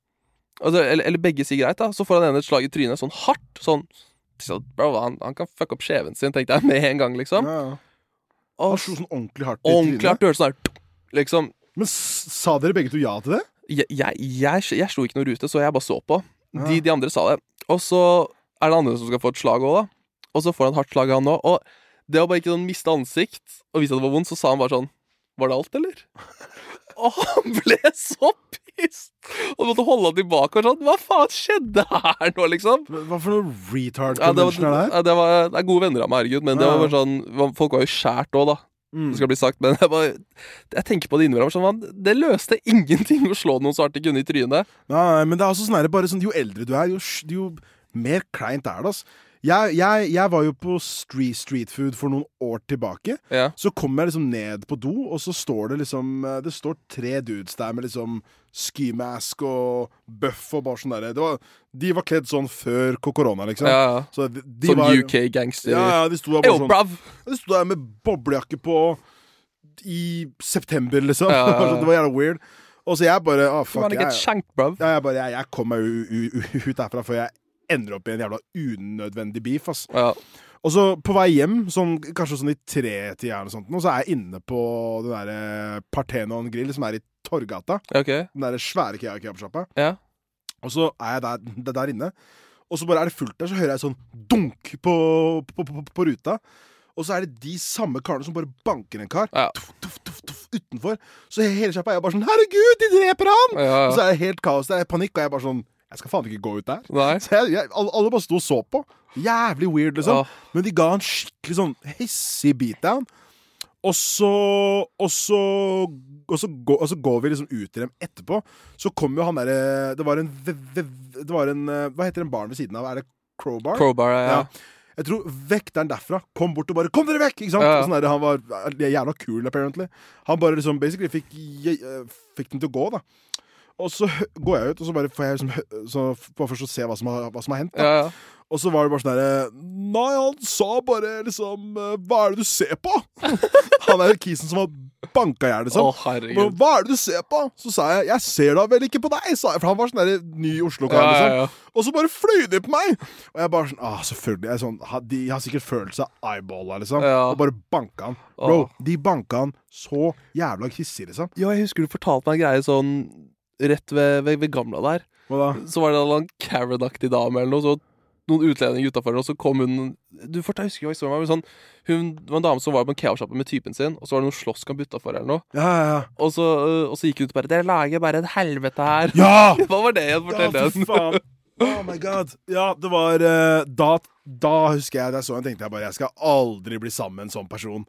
B: altså, eller, eller begge sier greit, da. Så får han ene et slag i trynet, sånn hardt. Sånn så, Bro, han, han kan fucke opp skjeven sin, tenkte jeg med en gang, liksom.
A: Han slo sånn ordentlig hardt i
B: Ordentlig
A: trynet.
B: hardt. Du hørte sånn her Liksom.
A: Men s- sa dere begge to ja til det?
B: Jeg, jeg, jeg, jeg slo ikke noe rute, så jeg bare så på. De, de andre sa det. Og så er det andre som skal få et slag òg, da. Og så får han et hardt slag, han òg. Og det å bare ikke sånn miste ansikt og vise at det var vondt, så sa han bare sånn Var det alt, eller? Og han ble så pissed! Og måtte holde han tilbake og sånn. Hva faen skjedde her nå, liksom?
A: Hva for noe retard
B: Ja, det, var,
A: convention er det her?
B: ja, det, var, det er gode venner av meg, herregud, men det
A: Ja.
B: var bare sånn man- Folk var jo skjært òg, da. Det skal bli sagt, men jeg, bare, jeg tenker på det innimellom. Sånn, man, det løste [laughs] ingenting å slå noen så hardt de kunne i trynet.
A: Nei, men det er også sånn her, bare sånn, jo eldre du er, jo, sj- jo mer kleint er det, altså. Jeg, jeg, jeg var jo på street, street food for noen år tilbake.
B: Ja.
A: Så kommer jeg liksom ned på do, og så står det liksom eh, Det står tre dudes der med liksom skimask og buff og bare sånn derre. Det var- De var kledd sånn før korona, liksom.
B: Ja, ja.
A: Så de, de
B: Sånn
A: var,
B: UK-gangster.
A: Ja, ja, de sto der bare
B: Yo,
A: sånn.
B: brav!
A: De sto der med boblejakke på i september, liksom.
B: Ja, ja,
A: [laughs]
B: ja.
A: det var jævla weird. Og så jeg bare ah,
B: Du
A: fuck,
B: er ikke
A: jeg,
B: et shank, brav.
A: ja, jeg, bare, jeg, jeg kom meg u- u- u- ut derfra før jeg ender opp i en jævla unødvendig beef. Ass.
B: Ja.
A: Og så på vei hjem, sånn, kanskje sånn i tretida eller noe sånt, nå, så er jeg inne på den derre Parthenon grill som er i Torgata.
B: Ok.
A: Den derre svære kea- kebabsjappa.
B: Ja.
A: Og så er jeg der, der- der inne, og så bare er det fullt der, så hører jeg sånn dunk på, på, på, på ruta. Og så er det de samme karene som bare banker en kar
B: Ja.
A: tuff, tuff, tuff, tuff, utenfor. Så hele sjappa er jo bare sånn 'Herregud, de dreper han!'
B: Ja, ja.
A: Og så er det helt kaos. Det er panikk, og jeg er bare sånn 'Jeg skal faen ikke gå ut der'.
B: Nei.
A: Så jeg, jeg, alle, alle bare sto og så på. Jævlig weird, liksom.
B: Åh.
A: Men de ga han skikkelig sånn hissig beatdown. Og så, og, så, og, så gå, og så går vi liksom ut til dem etterpå. Så kom jo han derre Det var en, ve- ve- det var en eh, Hva heter den baren ved siden av? Er det Crowbar?
B: Crowbar, ja. ja.
A: Jeg tror vekteren derfra kom bort og bare 'Kom dere vekk!' Ikke sant?
B: Ja, ja.
A: Og Sånn der, han var eh, jævla cool, apparently. Han bare liksom basically fikk, je- eh, fikk den til å gå, da. Og så hø- går jeg ut, og så bare får jeg liksom hø- så får jeg først å se hva som har, hva som har hendt. da.
B: ja, ja. [laughs]
A: Og så var det bare sånn derre Nei, han sa bare liksom eh, Hva er det du ser på? [laughs] han er jo kisen som har banka i hjel, liksom.
B: Å, herregud.
A: Bare, Hva er det du ser på? Så sa jeg Jeg ser da vel ikke på deg, sa jeg. For han var sånn derre ny Oslo-kar,
B: Ja, ja,
A: liksom.
B: ja.
A: Og så bare fløy de på meg! Og jeg bare sånn Ah, selvfølgelig. Jeg er sånn, ha- de har sikkert følelse av eyeballa, liksom.
B: Ja.
A: Og bare banka han. Bro,
B: Åh.
A: de banka han så jævla hissig, liksom.
B: Jo, jeg husker du fortalte meg en greie sånn rett ved, ved, ved gamla der.
A: Hva da?
B: Så var det en eller annen Karen-aktig dame eller noe, så noen utlendinger utafor, og så kom hun Du fortalte, jeg husker ikke hva historien var, men sånn Hun det var en dame som var på en kebabsjappe med typen sin, og så var det noen slåsskamp utafor eller noe,
A: Ja, ja, ja.
B: og så, øh, og så gikk hun ut og bare 'Dere lager bare et helvete her'.
A: Ja!
B: [laughs] Hva var det igjen?
A: Ja,
B: Fortell det.
A: for faen. [laughs] Oh my god. Ja, det var eh, da, da husker jeg da jeg så henne, tenkte jeg bare jeg skal aldri bli sammen med en sånn person.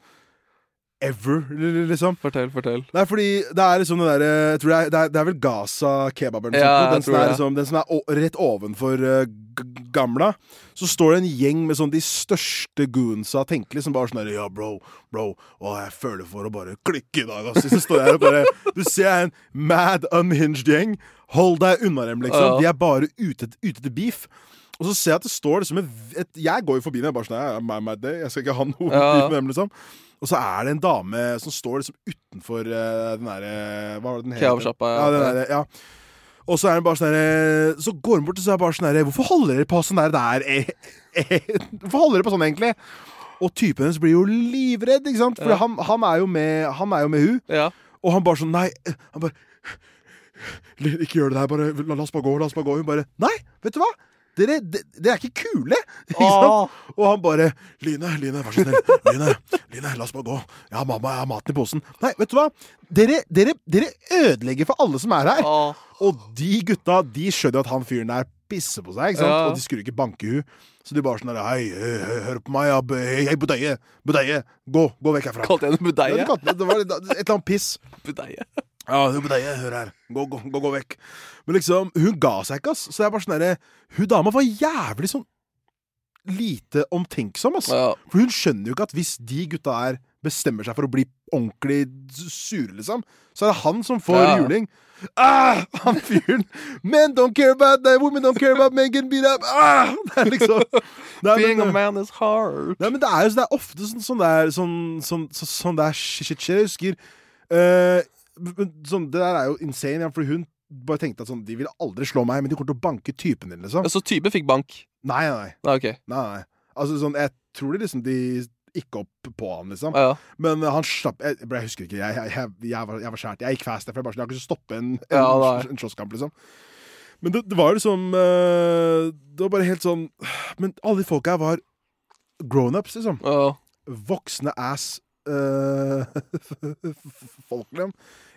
A: Ever, li- li- liksom.
B: Fortell, fortell.
A: Nei, fordi det er liksom den derre Jeg tror det er, det er, det er vel Gaza kebab eller noe
B: Ja,
A: sånt.
B: jeg
A: Den som
B: tror
A: er,
B: det.
A: liksom, den som er o rett ovenfor eh, g- Gamla. Så står det en gjeng med sånn de største goonsa tenkelig, som bare sånn der, Ja, bro, bro, å, jeg føler for å bare klikke i dag, ass. Så står jeg her og bare Du ser jeg er en mad, unhinged gjeng. Hold deg unna dem, liksom.
B: Ja.
A: De er bare ute et- ute etter beef. Og så ser jeg at det står liksom et, et Jeg går jo forbi den, jeg er bare sånn «Ja, my, my day, Jeg skal ikke ha noe
B: Ja.
A: beef med dem, liksom. Og så er det en dame som står liksom utenfor eh, den derre Hva var det den het?
B: Kebabsjappa,
A: Ja.
B: ja.
A: den derre- ja. Og så er det bare sånn derre Så går hun bort og så er det bare sånn derre Hvorfor holder dere på sånn der der? eh, eh, [laughs] Hvorfor holder dere på sånn, egentlig? Og typen hennes blir jo livredd, ikke sant? For han, han er jo med Han er jo med hun.
B: Ja.
A: Og han bare sånn Nei. eh, Han bare «Li- Ikke gjør det der. Bare, la, la oss bare gå. La oss bare gå. Hun bare Nei, vet du hva? Dere, de- dere er ikke kule! [laughs] Ikke sant? Og han bare Line, Line, vær så snill. Line, Line, la oss bare gå. Jeg har, mamma, jeg har maten i posen. Nei, vet du hva? Dere, dere, dere ødelegger for alle som er her.
B: Åh.
A: Og de gutta de skjønner jo at han fyren der pisser på seg, ikke sant? og
B: Ja.
A: de skulle ikke banke hu. Så de bare sånn der, Hei, hø- hø- hør på meg, ja, b- hei, budeie, budeie, gå, gå vekk herfra.
B: Kalte jeg
A: Ja, de
B: henne budeie?
A: kalte det- det var et eller annet piss.
B: Budeie.
A: Ja, hun på deg, hør her. Gå, gå, gå, gå vekk. Men liksom, hun ga seg ikke, ass. Så jeg bare sånn derre Hun dama var jævlig sånn lite omtenksom, ass.
B: Ja.
A: For hun skjønner jo ikke at hvis de gutta her bestemmer seg for å bli ordentlig sure, liksom, så er det han som får
B: Ja.
A: juling. Ah, han fyren. Men don't care about that. Women don't care about men get beat up. Ah, det er liksom Nei,
B: Being
A: men-
B: a man is hard.
A: Nei, men det er jo så- det er ofte sånn, sånn der sånn, sånn, så- sånn der shit shit skjer. Jeg husker eh, men sånn, Det der er jo insane, ja, for hun bare tenkte at sånn, de ville aldri slå meg, men de kommer til å banke typen din, liksom.
B: Så typen fikk bank?
A: Nei, nei. nei.
B: Nei, ok.
A: nei, nei. Altså, sånn, jeg tror de liksom de gikk opp på han, liksom.
B: Ja, ja.
A: Men eh, han slapp Jeg, jeg husker ikke. Jeg, jeg, jeg, jeg, var, jeg var skjært. Jeg gikk fast der, for jeg bare sånn, jeg har ikke lyst til å stoppe en, en,
B: Ja, nei.
A: en slåsskamp, liksom. Men det, det var liksom eh, Det var bare helt sånn Men alle de folka her var grownups, liksom.
B: Ja.
A: Voksne ass eh, [laughs] folk, liksom.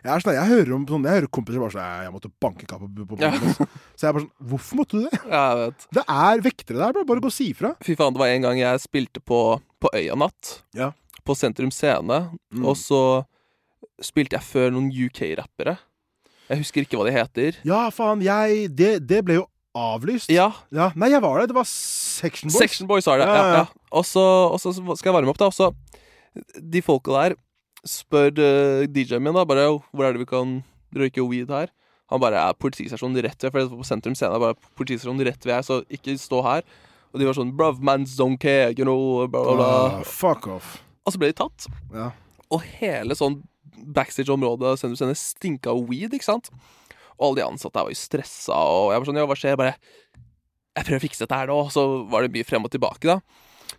A: Jeg, er sånn, jeg hører om sånn, jeg hører kompiser bare sånn "Jeg- Jeg måtte banke kapp på, på
B: Ja.
A: på- Så jeg bare sånn Hvorfor måtte du det?
B: Jeg vet.
A: Det er vektere der, bro. Bare gå og si ifra.
B: Fy faen, det var en gang jeg spilte på, på Øya Natt.
A: Ja.
B: På Sentrum Scene.
A: Mm.
B: Og så spilte jeg før noen UK-rappere. Jeg husker ikke hva de heter.
A: Ja, faen, jeg Det, det ble jo avlyst.
B: Ja,
A: Ja, Nei, jeg var der. Det var Section Boys.
B: Section Boys er det.
A: Ja,
B: Ja,
A: ja, ja.
B: ja. Og, så, og så skal jeg varme opp, da. Og så de folka der spør eh, DJ-en min da bare hvor er det vi kan røyke weed her. Han bare er politistasjonen rett ved, for det var på sentrum scene. Bare politistasjonen rett ved her, så ikke stå her. Og de var sånn Bruv, mans don't care, you know, bla, bla,
A: Ah,
B: bla.
A: fuck off.
B: Og så ble de tatt.
A: Ja.
B: Og hele sånn backstage-området av Sentrum Scene stinka av weed, ikke sant? Og alle de ansatte her var jo stressa, og jeg var sånn, ja, hva skjer? Jeg bare Jeg prøver å fikse dette her nå. Og så var det mye frem og tilbake, da.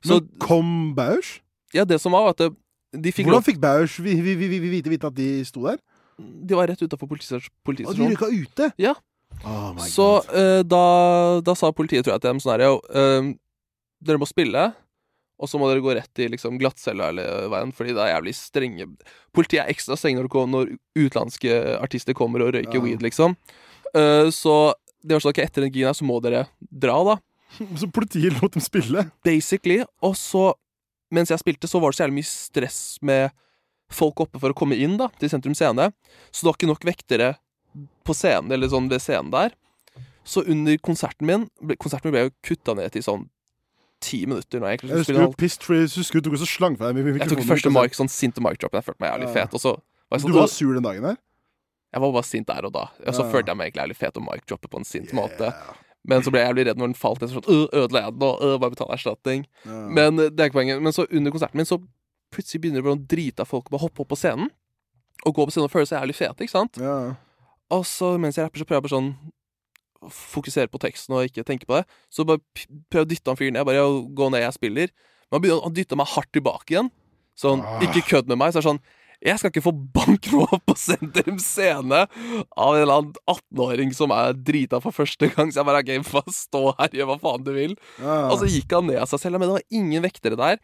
B: Så
A: Men kom Bausch?
B: ja, det som var, var at det- de fikk
A: Hvordan
B: lov
A: fikk Bausch vi, vi, vi, vi vite, vite at de sto der?
B: De var rett utafor
A: Og de
B: politistasjonen.
A: rykka ute?
B: Ja.
A: Oh my
B: Så
A: god.
B: eh, da, da sa politiet, tror jeg, til dem sånn her, jo, eh, dere må spille. Og så må dere gå rett i liksom, glattcella eller veien, fordi det er jævlig strenge Politiet er ekstra strenge når, det kom- når utenlandske artister kommer og røyker
A: Ja.
B: weed, liksom. Eh, så det var sånn at etter den gigen her, så må dere dra, da.
A: [laughs] Så politiet lot dem spille?
B: Basically. Og så, mens jeg spilte, så var det så jævlig mye stress med folk oppe for å komme inn da, til Sentrum Scene. Så det var ikke nok vektere på scenen, eller sånn ved scenen der. Så under konserten min ble- Konserten min ble jo kutta ned til sånn ti minutter. Når jeg, egentlig
A: Jeg
B: skulle
A: husker
B: spille
A: jo
B: halv-
A: pissed for jeg husker du tok og så slang fra deg med
B: jeg tok
A: mikrofonen.
B: første mic, sånn sinte mic-droppen. Jeg følte meg jævlig
A: Ja.
B: fet. Og så var jeg
A: Du
B: sånn
A: var
B: «Åh!»
A: sur den dagen der?
B: Jeg var bare sint der og da. Og så
A: Ja.
B: følte jeg meg egentlig jævlig fet og mic-droppet på en sint måte. Men så ble jeg jævlig redd når den falt ned. så Sånn, «Øh, ødela jeg den nå? Øh, bare betale erstatning.
A: Ja.
B: Men eh, det er ikke poenget. Men så under konserten min så plutselig begynner det å drite av folk å bare hoppe opp på scenen. Og gå på scenen og føle seg jævlig fete, ikke sant?
A: ja.
B: Og så mens jeg rapper, så prøver jeg bare sånn å Fokusere på teksten og ikke tenke på det. Så bare p- prøver jeg å dytte han fyren ned. Bare «Ja, gå ned, jeg spiller. Men han begynner han dytter meg hardt tilbake igjen. Sånn,
A: Ah.
B: ikke kødd med meg. Så er det sånn jeg skal ikke få bank nå på Sentrum Scene av en eller annen 18-åring som er drita for første gang. Så jeg bare OK, faen, stå her, gjør hva faen du vil.
A: ja.
B: Og så gikk han ned av seg selv, men det var ingen vektere der.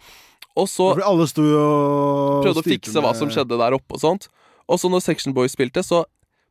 B: Og så
A: Fordi alle sto jo og
B: prøvde å
A: styrte
B: fikse
A: med-
B: hva som skjedde der oppe og sånt. Og så når Section Boys spilte, så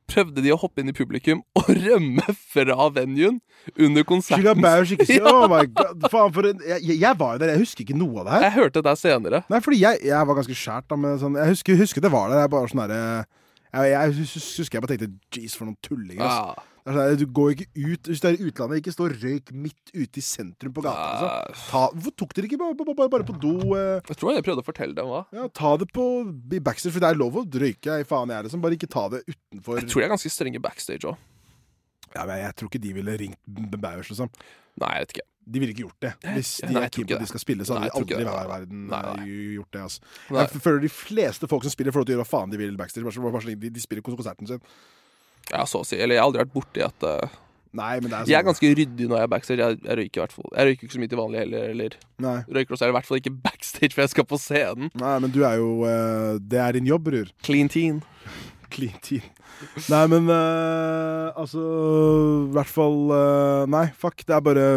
B: prøvde de å hoppe inn i publikum [laughs] og rømme fra venuen under konserten.
A: Skylda Bausch
B: [laughs]
A: ikke si Oh my god. Faen, for en jeg, jeg var jo der. Jeg husker ikke noe av det her.
B: Jeg hørte dette senere.
A: Nei, fordi jeg, jeg var ganske skjært da med sånn Jeg husker, husker det var der. Jeg bare sånn derre jeg, jeg hus- husker jeg bare tenkte Jeez, for noen tullinger. ass."
B: Ja.
A: Det er sånn der, du går ikke ut Hvis du er i utlandet, ikke stå og røyk midt ute i sentrum på gata.
B: Ja.
A: Altså. Ta, hvorfor tok dere ikke bare, bare- bare, bare på do? eh?
B: Jeg tror jeg prøvde å fortelle dem hva.
A: Ja, ta det på i backstage, for det er lov å røyke. Jeg, faen, jeg er liksom. Bare ikke ta det utenfor
B: Jeg tror de er ganske strenge backstage òg.
A: ja, men Jeg tror ikke de ville ringt B- Bauers, liksom.
B: Nei, jeg vet ikke.
A: De ville ikke gjort det. Hvis de
B: Nei,
A: er
B: jeg tror
A: keen på
B: ikke
A: at de
B: det.
A: skal spille, så
B: Nei,
A: hadde
B: jeg
A: de
B: tror ikke
A: aldri i
B: det.
A: hver verden
B: Nei,
A: eh,
B: nei.
A: gjort det. Altså.
B: Nei.
A: Jeg føler de fleste folk som spiller, får lov til å gjøre hva faen de vil backstage. Bare så, bare så lenge de, de spiller kons- konserten sin.
B: Ja, så å si. Eller jeg har aldri vært borti at eh,
A: Nei, men det er sånn
B: Jeg er ganske ryddig når jeg er backstage. Jeg, jeg røyker i hvert fall. Jeg røyker ikke så mye til vanlig heller. Eller
A: nei.
B: røyker også, eller i hvert fall ikke backstage, for jeg skal på scenen.
A: nei, men du er jo eh, Det er din jobb, bror.
B: Clean teen.
A: Clean teen. Nei, men eh, altså I hvert fall eh, Nei, fuck. Det er bare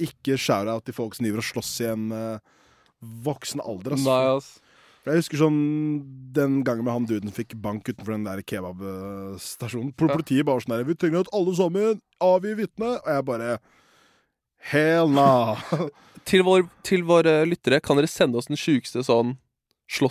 A: ikke shout-out til folk som driver og slåss i en eh, voksen alder. ass.
B: Nei, ass.
A: For Jeg husker sånn den gangen med han duden fikk bank utenfor den der kebabstasjonen. Pol-
B: Ja.
A: Politiet bare sånn der 'Vi trenger at alle sammen avgir vitne', og jeg bare Hell nah. [laughs]
B: til, vår, til våre lyttere, kan dere sende oss den sjukeste sånn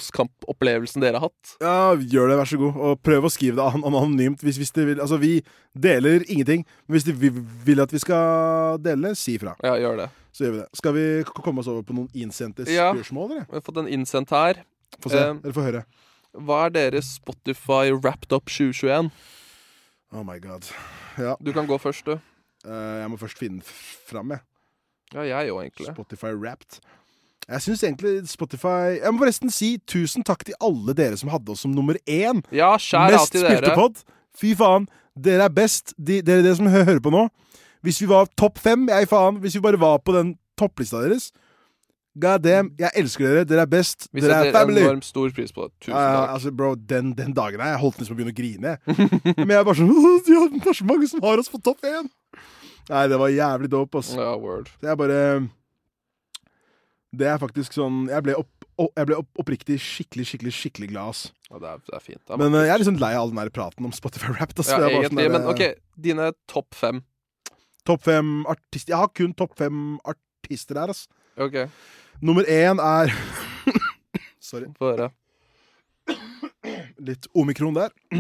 B: slåsskampopplevelen dere har hatt?
A: ja, gjør det, vær så god. Og prøv å skrive det an anonymt hvis, hvis dere vil. Altså, vi deler ingenting, men hvis de vi- vil at vi skal dele, si ifra.
B: Ja, gjør det.
A: Så gjør vi det. Skal vi k- komme oss over på noen innsendte
B: Ja.
A: spørsmål, eller?
B: Vi har fått en innsendt her.
A: Få se.
B: Eh.
A: Eller få høre.
B: Hva er deres Spotify wrapped up 2021?
A: Oh my god. Ja.
B: Du kan gå først, du.
A: eh, jeg må først finne den f- fram, jeg.
B: Ja, jeg òg, egentlig.
A: Spotify Wrapped. Jeg syns egentlig Spotify Jeg må forresten si tusen takk til alle dere som hadde oss som nummer én.
B: Ja, skjær av
A: Mest
B: til dere.
A: spilte pod. Fy faen. Dere er best, de, dere, dere som hø- hører på nå. Hvis vi var topp fem, jeg faen, hvis vi bare var på den topplista deres God damn, jeg elsker dere. Dere er best.
B: Vi
A: dere er
B: setter
A: family.
B: enormt stor pris på det. Tusen
A: Ja, ja,
B: takk.
A: altså, bro, den, den dagen her, jeg holdt nesten på å begynne å grine.
B: [laughs]
A: jeg. Men jeg er bare sånn [laughs] «Åh, de har- Det er så mange som har oss på topp én! Nei, det var jævlig dope, ass.
B: Ja, word.
A: Så jeg bare Det er faktisk sånn Jeg ble, opp, opp, jeg ble opp, oppriktig skikkelig, skikkelig, skikkelig glad, ass.
B: Ja, det, er, det er fint. Det er
A: Men eh, jeg er liksom lei av all den der praten om Spotify Wrapped. ass.
B: Ja,
A: Det er bare sånn
B: egentlig,
A: der,
B: men OK, dine topp fem.
A: Topp fem artister Jeg har kun topp fem artister her, ass.
B: OK,
A: Nummer én er [laughs] Sorry.
B: få høre.
A: Litt omikron der. [clears throat]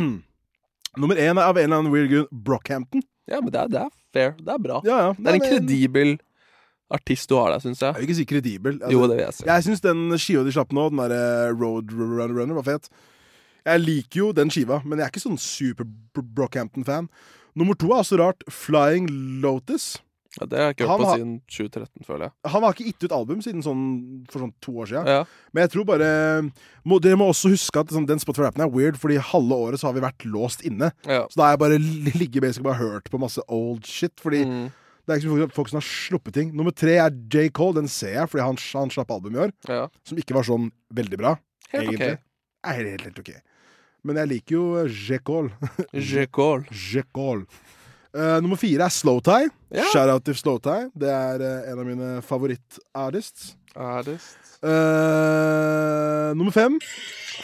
A: Nummer én er av en eller annen weird grunn Brockhampton.
B: Ja, men det er, det er fair. Det er bra.
A: Ja, ja.
B: Det er en
A: Nei, men-
B: kredibel artist du har der, syns
A: Jeg
B: jeg.
A: vil ikke si kredibel. Altså,
B: Jo, det vil jeg si.
A: Jeg syns den skiva de slapp nå, den derre Road Runner Runner, var fet. Jeg liker jo den skiva, men jeg er ikke sånn super Br- Brockhampton-fan. Nummer to er også rart. Flying Lotus.
B: Ja, det har jeg ikke hørt
A: Han
B: på
A: har-
B: siden 2013, føler jeg.
A: Han har ikke gitt ut album siden sånn, for sånn to år siden.
B: Ja.
A: Men jeg tror bare må, Dere må også huske at sånn, den Spotify-appen er weird, fordi halve året så har vi vært låst inne.
B: Ja.
A: Så da har jeg bare li- ligget basically bare hørt på masse old shit. Fordi
B: Mm.
A: det er ikke så mange folk, folk som har sluppet ting. Nummer tre er J. Cole. Den ser jeg, fordi han, han slapp album i år.
B: ja.
A: Som ikke var sånn veldig bra.
B: Helt ok.
A: egentlig. Er helt, helt ok. Men jeg liker jo eh, J. Cole.
B: [laughs] J. Cole.
A: J. Cole. Eh, nummer fire er Slowtie.
B: Ja.
A: Shout-out til Slowtie. Det er eh, en av mine favorittartists.
B: Artist.
A: Eh, nummer fem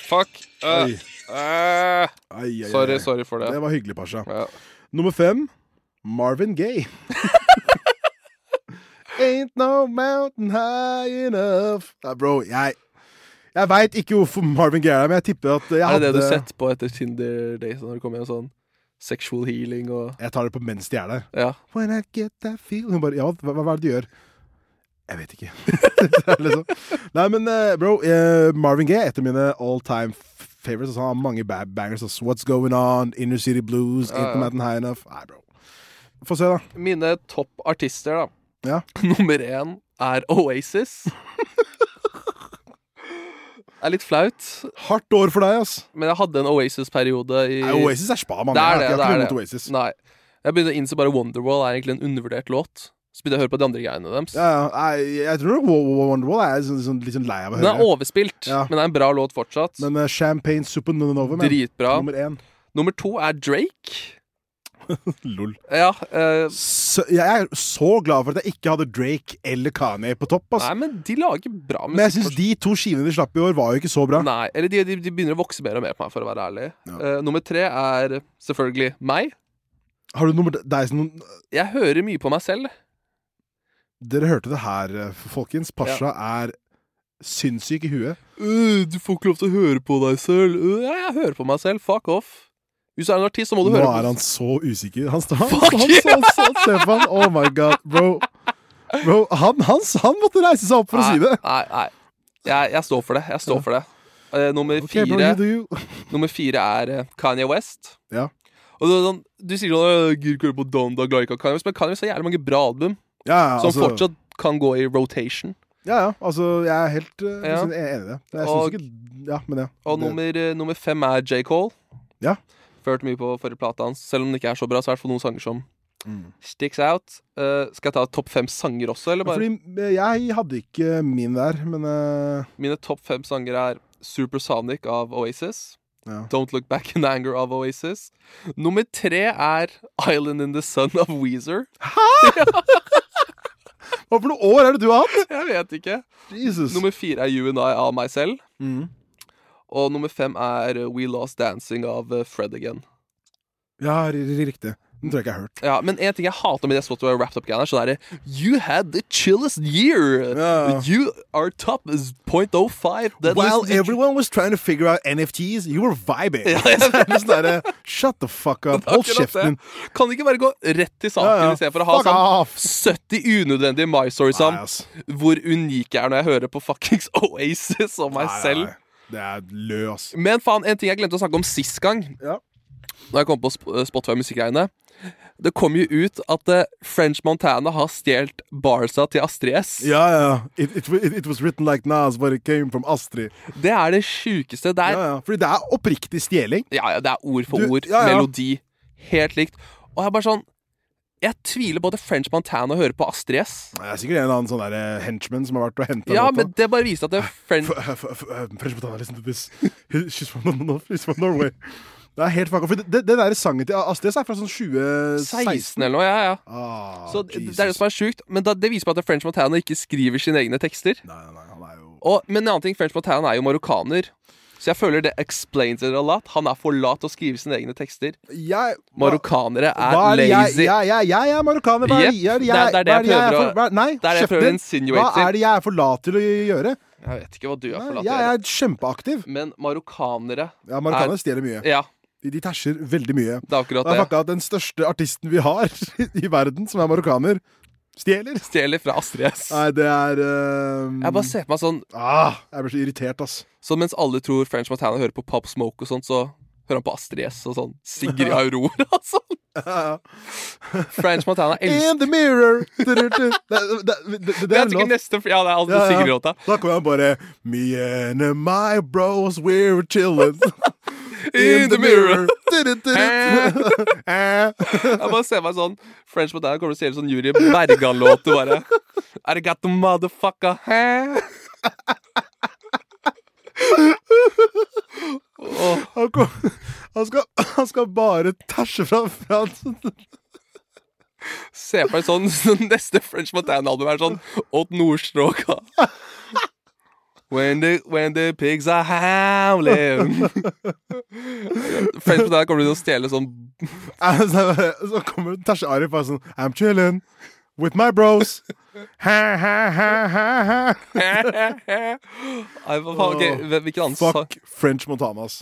B: Fuck. Uh,
A: Oi.
B: uh.
A: Ai, ai, ai.
B: Sorry, sorry for det.
A: Det var hyggelig, Pasha.
B: Ja.
A: Nummer fem Marvin Gaye.
B: [laughs]
A: Ain't no mountain high enough Nei, Bro, jeg Jeg veit ikke hvorfor Marvin Gaye er der, men jeg tipper at jeg
B: Er det det du
A: hadde-
B: setter på etter Tinder Days når det kommer en sånn sexual healing og
A: Jeg tar det på mens de er der.
B: Ja.
A: When I get that feel Hun bare Ja, hva, hva er det du gjør? Jeg vet ikke. [laughs] Det er liksom. Nei, men eh, bro, eh, Marvin Gaye er et av mine all time f- favorites. Altså, han har mange bad bangers. Altså, What's Going On, Inner City Blues, Ain't the Mountain High Enough. Nei, bro. Få se, da.
B: Mine topp artister, da. [laughs]
A: Ja.
B: Nummer én er Oasis.
A: [laughs]
B: Det er litt flaut,
A: Hardt år for deg, ass.
B: men jeg hadde en Oasis-periode i
A: Nei, Oasis er spa, mann.
B: Det er
A: Jeg
B: det.
A: har
B: det,
A: ikke
B: er
A: noe
B: det.
A: mot Oasis.
B: Nei. Jeg begynner å innse bare Wonderwall er egentlig en undervurdert låt. Så begynner jeg å høre på de andre greiene deres.
A: Ja, ja. Nei, jeg tror Wo- Wo- Wo- Wonderwall er sånn, sånn, litt sånn lei av å
B: Den er
A: høre.
B: overspilt,
A: Ja.
B: men det er en bra låt fortsatt.
A: Men eh, Champagne Supernova, man.
B: Dritbra.
A: Nummer én. [laughs]
B: Nummer to er Drake.
A: Lol.
B: Ja, eh,
A: så, jeg er så glad for at jeg ikke hadde Drake eller Kanye på topp. Ass.
B: Nei, men de lager bra musikk.
A: men jeg syns
B: for-
A: de to skivene de slapp i år, var jo ikke så bra.
B: Nei, eller de, de, de begynner å vokse mer og mer på meg, for å være ærlig. Eh, nummer tre er selvfølgelig meg.
A: Har du nummer deg som noen
B: Jeg hører mye på meg selv.
A: Dere hørte det her, eh, folkens. Pasha er sinnssyk i huet.
B: Øh, du får ikke lov til å høre på deg selv. Øh, ja, jeg hører på meg selv. Fuck off. Hvis du er en artist, så må du
A: Nå
B: høre
A: er
B: på
A: han så usikker. Han står
B: Fuck
A: han,
B: you!
A: han, han, han, Se på han. Oh my god, bro. Bro, han, han, han måtte reise seg opp for å si det.
B: Nei, nei. nei. Jeg, jeg står for det. Jeg står for det. Eh, nummer,
A: Ok, bro,
B: fire,
A: you do you.
B: nummer fire er eh, Kanye West.
A: Ja.
B: Og du, du sier sånn «Øh, Gidder ikke høre på Don Dog Like av Kanye West, men Kanye West har jævlig mange bra album
A: Ja, ja,
B: som
A: altså,
B: fortsatt kan gå i rotation.
A: ja, ja, altså, jeg er helt eh,
B: Ja.
A: enig i det. Jeg
B: Og-
A: syns ikke Ja, men ja.
B: Og
A: Det-
B: nummer, eh, nummer fem er J. Cole.
A: Ja.
B: Førte mye på forrige plate hans. Selv om den ikke er så bra, så er det for noen sanger som sticks out. Eh, skal jeg ta topp fem sanger også, eller
A: Mm. Ja,
B: bare?
A: Fordi eh, jeg hadde ikke min der, men eh,
B: Mine topp fem sanger er Supersonic av Oasis.
A: Ja.
B: Don't Look Back in Anger av Oasis. Nummer tre er Island in the Sun av Weezer.
A: Hva for noen år er det du har hatt?
B: Jeg vet ikke.
A: Jesus.
B: Nummer fire er You and I av meg selv.
A: Mm.
B: Og nummer fem er We Lost Dancing av eh, Fred Again.
A: Ja, ri- ri- riktig. Den tror jeg ikke jeg har hørt.
B: Ja, men en ting jeg hater med det Spotify wrapped up-greiene, er sånn derre You had the chillest year!
A: Ja.
B: You are top is 0.05 That
A: While
B: listen to-
A: everyone was trying to figure out NFTs, you were vibing. [laughs] Så er det sånn derre, Shut the fuck up. Hold
B: Akkurat det.
A: kjeften din.
B: Kan det ikke bare gå rett til saken
A: Ja, ja.
B: istedenfor å ha
A: Fuck off.
B: sånn 70 unødvendige my stories om
A: Nei, ass.
B: hvor unik jeg er når jeg hører på fuckings [laughs] Oasis og meg
A: Nei,
B: selv?
A: nei, nei. Det er løs.
B: Men faen, en ting jeg glemte å snakke om sist gang,
A: Ja.
B: Når jeg kom på Sp- Spotify musikkgreiene Det kom jo ut at eh, French Montana har stjålet barsa til Astrid S.
A: Ja, ja. It, it, wa- it was written like Nas, but it came from Astrid.
B: Det er det sjukeste. Det er
A: Ja, ja. Fordi det er oppriktig stjeling.
B: Ja, ja, det er ord for
A: Du-
B: ord.
A: ja, ja.
B: Melodi. helt likt. Og jeg er bare sånn Jeg tviler på at French Montana hører på Astrid S.
A: Det er sikkert en eller annen sånn der, eh, henchman som har vært og henta
B: Ja, men det bare viser
A: [laughs]
B: at det er French
A: French Montana, listen to this. She's from, Nor- she's from Norway. Det er helt fucka. For det, det der sangen til Astrid S er fra sånn
B: 16
A: 2016.
B: eller noe, ja, ja.
A: Ah,
B: så det, det er
A: Jesus.
B: det som er sjukt. Men da, det viser meg at French Montana ikke skriver sine egne tekster. og, men en annen ting, French Montana er jo marokkaner. Så jeg føler det explains it a lot. Han er for lat til å skrive sine egne tekster.
A: Jeg,
B: Marokkanere er
A: Hva det
B: lazy.
A: Jeg, jeg, jeg, jeg er marokkaner. Hva er
B: Yep,
A: jeg, jeg,
B: det er- det er det
A: hva
B: jeg
A: er
B: prøver
A: for- hva-
B: å-
A: Nei,
B: det er det jeg
A: kjeft
B: prøver å
A: din.
B: insinuate
A: Hva er det jeg er for lat til å gjøre?
B: Jeg vet ikke hva du er
A: Nei,
B: for lat til å
A: jeg
B: gjøre.
A: er kjempeaktiv.
B: Men marokkanere
A: Ja, marokkanere
B: er-
A: stjeler mye.
B: Ja,
A: De, de tæsjer veldig mye.
B: det er akkurat
A: Det er
B: det.
A: fucka at den største artisten vi har [laughs] i verden, som er marokkaner, stjeler.
B: Stjeler fra Astrid S.
A: Nei, det er ehm,
B: Jeg bare ser på meg sånn
A: ah, Jeg blir så irritert, ass.
B: Så mens alle tror French Montana hører på Pop Smoke og sånt, så hører han på Astrid S og sånn. Sigrid Aurora og sånn. French Montana elsker
A: In the mirror! Du, du,
B: [laughs]
A: du. Det, det, det, det, det
B: Det
A: er
B: er
A: en
B: sikkert
A: låt.
B: neste Ja, det er alltid
A: Ja, ja.
B: Sigrid-låta.
A: Da kommer han bare Me and my bros, we're chillin'
B: [laughs] In the mirror.
A: Du-du-du-du. Eh.
B: [laughs] Jeg bare ser meg sånn French Montana kommer til å stjele sånn Julie Bergan-låt og bare I got the motherfucker hæ?
A: han, kom, han, skal, han skal bare tæsje fra fra
B: Se på meg sånn [laughs] Neste French Montana-album er sånn Åt Nordstråka.
A: [laughs]
B: When the, when the pigs are howling
A: [laughs]
B: French Montana kommer til å stjele sånn [laughs]
A: Eh, Så så kommer tæsje Arif bare sånn I'm chillin' with my bros. [laughs] Ha, ha, ha, ha, ha.
B: Nei, hva faen, ok, Hvilken annen sang
A: Fuck French Montana, ass.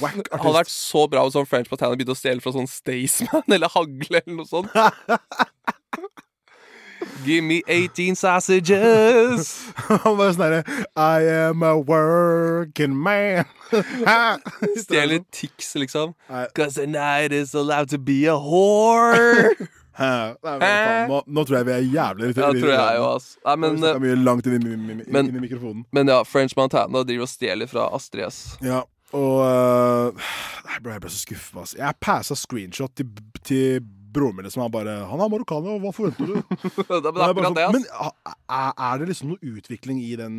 A: Whack
B: Han hadde vært
A: artist.
B: så bra hvis sånn French Montana begynte å stjele fra sånn Staysman [laughs] eller Hagle eller noe sånt.
A: [laughs]
B: Give me 18 sausages.
A: Han bare sånn herre I am a working man. Ha.
B: Stjeler Tix, liksom.
A: Nei.
B: Cause a night is allowed to be a
A: [laughs]
B: whore.
A: Hæ? Nei, men faen, nå, nå tror jeg vi er jævlig
B: Ja, tror jeg jo, ass. Nei,
A: Men,
B: men,
A: vi snakket mye langt inn i, mi- mi- mi-
B: men-
A: inn i mikrofonen.
B: men ja, French Montana driver og stjeler fra Astrid [laughs] S.
A: Ja, og øh, Nei, bro, jeg ble så skuffa. ass. Jeg passa screenshot til, til broren min som han bare 'Han er marokkaner, og hva forventer
B: [laughs]
A: du?'
B: Det er
A: Og jeg bare
B: akkurat
A: sånn,
B: det, ass.
A: men er, er det liksom noe utvikling i den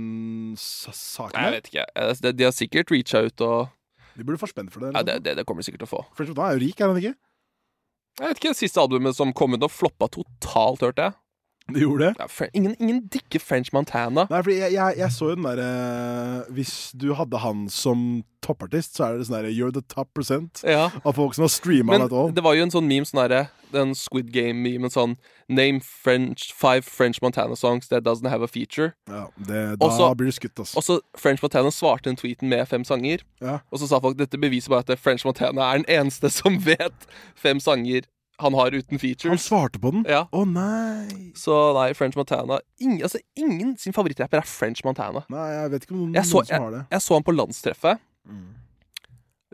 A: sa- saken?
B: Nei, jeg
A: her?
B: vet ikke. Eh, De, de har sikkert reacha ut og
A: De burde få spenn for det.
B: ja,
A: Liksom.
B: det, det, det kommer de sikkert til å få.
A: French Montana er jo rik, er han ikke?
B: Jeg vet ikke, Det siste albumet som kom ut og floppa totalt, hørte jeg.
A: De gjorde det.
B: Ja, Fre- ingen, ingen dikker French Montana.
A: Nei, fordi jeg, jeg, jeg så jo den derre eh, Hvis du hadde han som toppartist, så er det sånn derre You're the top percent
B: Ja.
A: av folk som har streama
B: Men
A: han et all.
B: det var jo en sånn meme, sånn herre Den Squid Game-memen sånn Name French, five French Montana songs that doesn't have a feature.
A: Ja, det, da
B: Også-
A: blir du skutt, ass.
B: Og så French Montana svarte den tweeten med fem sanger.
A: Ja.
B: Og så sa folk dette beviser bare at French Montana er den eneste som vet fem sanger han har uten
A: Han
B: features.
A: svarte på den? Å
B: Ja.
A: nei!
B: Så nei, French Montana ingen, altså, ingen sin favorittrapper er French Montana.
A: Nei, jeg vet ikke om noen,
B: Jeg så,
A: noen som har
B: jeg,
A: det. Mm.
B: jeg så han på landstreffet.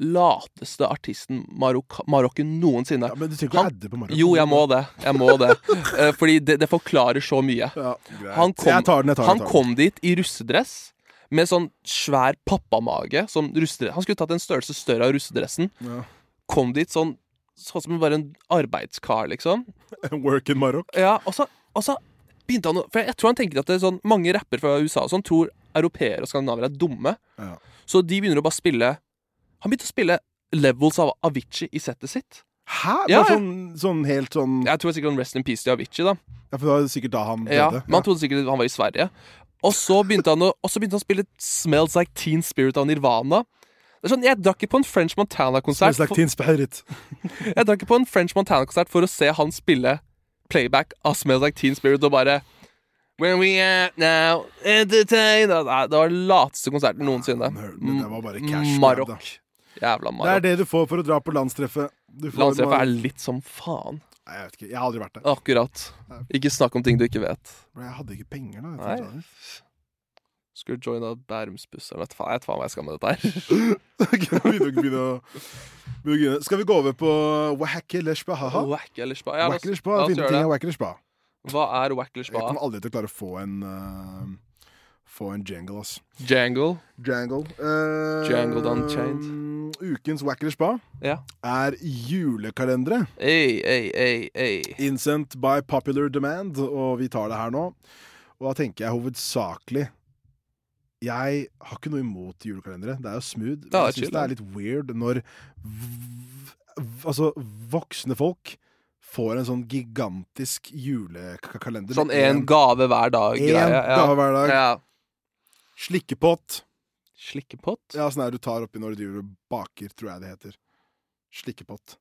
B: Lateste artisten Marokk- Marokken noensinne.
A: Ja, men du trenger ikke
B: Han-
A: å adde på Marokko.
B: Jo, jeg må det. Jeg må det.
A: [laughs]
B: Eh, Fordi det, det forklarer så mye.
A: Ja, greit.
B: Han kom,
A: jeg tar den, jeg tar den. jeg
B: han
A: tar den.
B: kom dit i russedress med sånn svær pappamage. Som russedre- han skulle tatt en størrelse større av russedressen.
A: Ja.
B: Kom dit sånn, sånn som bare en arbeidskar, liksom.
A: [laughs] Work in Marokk.
B: Ja, og så, og så begynte han å For jeg, jeg tror han tenker at det er sånn, mange rappere fra USA og sånn tror europeere og skandinaver er dumme.
A: Ja.
B: Så de begynner å bare spille Han begynte å spille levels av Avicii i settet sitt.
A: Hæ? Bare
B: Ja, ja.
A: Sånn, sånn helt sånn ja.
B: Jeg tror sikkert han Rest in Peace til Avicii, da.
A: For det var sikkert da han
B: Ja,
A: døde.
B: men han trodde sikkert han var i Sverige. Og så begynte han å, og så begynte han å spille Smells Like Teen Spirit av Nirvana. Det er sånn, Jeg drakk ikke på en French Montana-konsert
A: Smells like
B: for,
A: teen spirit.
B: [laughs] Jeg drakk ikke på en French Montana-konsert for å se han spille playback av Smells Like Teen Spirit og bare Where we at now, entertain Nei, Det var den lateste konserten noensinne.
A: Nerd, men det var bare cash grab, da.
B: Marokk. Jævla
A: Det er
B: Marokk.
A: det du får for å dra på landstreffet. Du får
B: Landstreffet er
A: Marokk.
B: litt som faen.
A: Nei, jeg vet ikke. Jeg har aldri vært der.
B: Akkurat. Ikke snakk om ting du ikke vet.
A: Men Jeg hadde ikke penger, da.
B: Nei.
A: Jeg [laughs] tror
B: Skulle joina Bærumsbuss eller vet faen, jeg vet faen hva jeg skal med dette her.
A: jeg hadde. Begynner å- begynner å- begynner å grine. Skal vi gå over på wacky eller spa?
B: [laughs]
A: Ha-ha?
B: Wack eller spa. Ja, la oss-
A: Wacky eller
B: la
A: spa?
B: oss
A: Fine
B: gjøre
A: ting
B: det.
A: er wacky eller spa.
B: Hva er wack eller
A: Jeg
B: spa?
A: kommer aldri til å klare å få en uh, Få en jangle, ass.
B: Jangle.
A: Jangle. eh,
B: Jangled Unchained.
A: ukens Wackers Spa
B: Ja.
A: er julekalendere.
B: Ei, ei, ei, ei.
A: Innsendt by popular demand, og vi tar det her nå. Og da tenker jeg hovedsakelig Jeg har ikke noe imot julekalendere. Det er jo smooth.
B: er
A: Men jeg
B: chill,
A: syns det er
B: ja.
A: litt weird når v- v- altså, voksne folk får en sånn gigantisk julekalender.
B: Sånn en gave hver dag.
A: En
B: greie,
A: gave hver dag.
B: Ja.
A: Slikkepott.
B: Slikkepott?
A: Ja, sånn her du tar oppi når du driver og baker, tror jeg det heter. Slikkepott.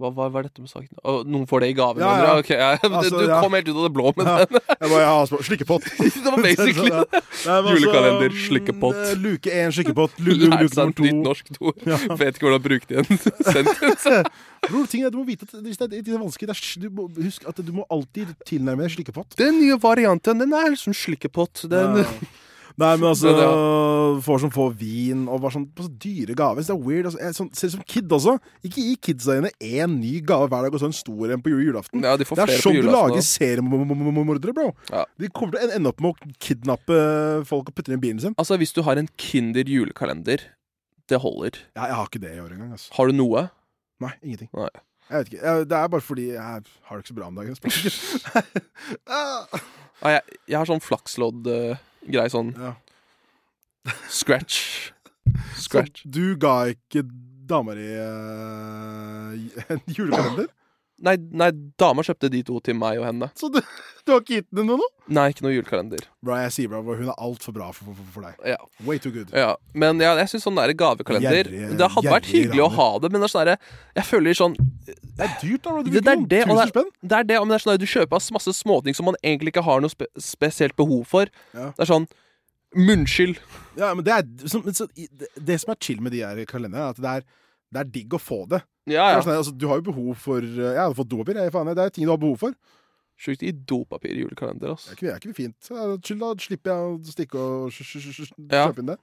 B: Hva, hva, hva er dette med saken? Å, noen får det i gave?
A: Ja,
B: mener du?
A: ja.
B: Ok, ja. men
A: Altså,
B: du
A: ja.
B: kom helt ut av [laughs] det blå med
A: Ja, [laughs]
B: den.
A: jeg bare, ja, altså, slikkepott.
B: [laughs] Det var basically
A: Sånn,
B: [laughs]
A: ja. Nei, men altså,
B: Julekalender,
A: mm,
B: slikkepott.
A: eh, Luke én,
B: [laughs]
A: slikkepott. Lu- lu-
B: Lært
A: Luke
B: seg
A: nummer
B: et nytt
A: to.
B: norsk ord.
A: Ja.
B: [laughs] Vet ikke hvordan bruke det i [laughs] en sentence.
A: [laughs] Bror, ting er, du må vite at hvis det er, det er vanskelig, det er, sl- du må, husk at du må alltid tilnærme deg slikkepott.
B: Den nye varianten, den er liksom slikkepott. Den,
A: Ja. Nei, men altså
B: Men
A: Får som får vin, og bare sånn på så dyre gaver. Så det er weird. Altså, jeg, er sånn, selv som kid også. Ikke gi kidsa dine én ny gave hver dag, og så en stor en på jul- julaften.
B: Ja, de får
A: det
B: flere
A: er
B: på
A: sånn du
B: julaften
A: lager
B: også.
A: seriemordere, bro.
B: Ja.
A: De kommer til å ende opp med å kidnappe folk og putte dem i bilen sin.
B: Altså, hvis du har en Kinder julekalender, det holder.
A: Ja, jeg har ikke det i år engang. Altså.
B: Har du noe?
A: Nei, ingenting.
B: Nei.
A: Jeg vet ikke. Jeg, det er bare fordi jeg har det ikke så bra om dagen. jeg
B: [laughs]
A: spør ikke. Ah,
B: Ah, jeg, jeg har sånn flakslodd-greie, sånn
A: ja.
B: scratch.
A: [laughs] Så
B: Scratch.
A: du ga ikke dama di eh, en julekalender?
B: Nei, nei, dama kjøpte de to til meg og henne.
A: Så du, du har ikke gitt henne noe nå?
B: Nei, ikke noe julekalender.
A: Bra, jeg sier bra, hun er altfor bra for, for, for deg.
B: Ja.
A: Way too good.
B: Ja, men ja, jeg syns sånn der gavekalender
A: Gjerrig-
B: Det hadde vært
A: gjerrig
B: hyggelig å
A: raner.
B: ha det, men det er sånn der, jeg føler sånn
A: Det er dyrt, da. bro. Du
B: det, det er
A: bruker
B: det,
A: noen
B: og
A: tusen
B: det,
A: spenn.
B: er- det er det, og det er sånn der, du kjøper ass masse småting som man egentlig ikke har noe spe spesielt behov for.
A: Ja.
B: Det er sånn munnskyld.
A: Ja, men det, er, så, men så, i- det, det som er chill med de her kalenderne, er at det er, det er digg å få det.
B: Ja,
A: Det er
B: ja.
A: Sånn, her, altså, du har jo behov for eh, Jeg hadde fått dopapir. jeg, faen, Det er ting du har behov for.
B: Sjukt i dopapir i julekalender,
A: Det
B: altså.
A: er ikke, det er ikke fint. Ja, Chill, da slipper jeg å stikke og sj- sj- sj- sj-
B: Ja.
A: kjøpe inn det.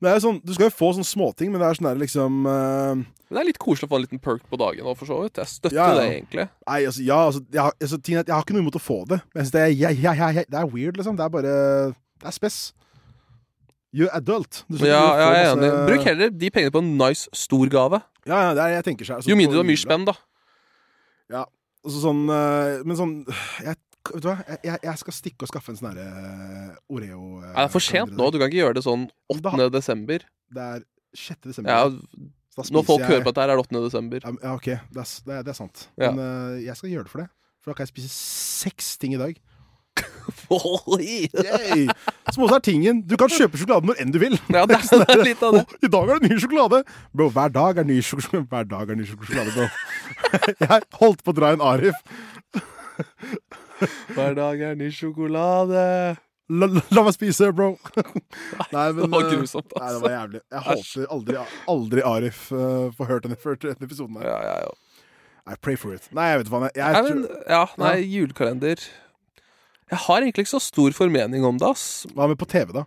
A: Men det er jo sånn, Du skal jo få sånne småting, men det er sånn der liksom eh,
B: Men det er litt koselig å få en liten perk på dagen òg, for så vidt. Jeg støtter
A: Ja, ja.
B: det, egentlig.
A: Nei, altså, ja, altså, jeg, har- altså ting er, at jeg har ikke noe imot å få det. Men jeg synes det, er, jeg, jeg, jeg, jeg, det er weird, liksom. Det er bare Det er spess. You're adult. Du skal
B: Ja,
A: ikke
B: ja,
A: få
B: jeg er enig.
A: masse-
B: Bruk heller de pengene på en nice, stor gave.
A: Ja, ja, det er, jeg tenker seg altså,
B: Jo mindre
A: på
B: du har mye
A: jula.
B: spenn, da.
A: Ja. Altså, sånn, eh, men sånn jeg, Vet du hva, jeg, jeg, jeg skal stikke og skaffe en sånn herre Oreo eh,
B: Nei, det er for sent
A: kalender.
B: nå. Du kan ikke gjøre det sånn
A: Men da-
B: 8. desember.
A: Det er 6. desember. altså.
B: Ja,
A: så da
B: når
A: spiser
B: folk
A: jeg-
B: hører på dette, her, er det 8. desember.
A: Ja, men- ja, OK. Det er, s- det er, det er sant.
B: Ja.
A: Men eh, jeg skal gjøre det for det. For da kan jeg spise seks ting i dag.
B: ja,
A: Yay! [laughs] Som også er tingen. Du kan kjøpe sjokolade når enn du vil. [laughs] sånn
B: det er, det er [laughs] litt av det.
A: Å, I dag er det ny sjokolade! Bro, hver dag er ny sjokolade. [laughs] Hver dag er ny sjokolade, bro. [laughs] Jeg holdt på å dra en Arif.
B: Hver dag er ny sjokolade.
A: La, la, la meg spise, bro.
B: [laughs]
A: Nei, men,
B: det var
A: eh, Nei,
B: grusomt,
A: det
B: altså.
A: var jævlig. Jeg håper aldri, aldri Arif eh, får hørt denne, hørt denne episoden her.
B: Ja, ja, ja.
A: I pray for it. Nei, jeg vet hva jeg, jeg
B: Nei,
A: tror,
B: men, eh, ja, nei, julekalender Jeg har egentlig ikke så stor formening om det, ass.
A: Hva med på TV, da?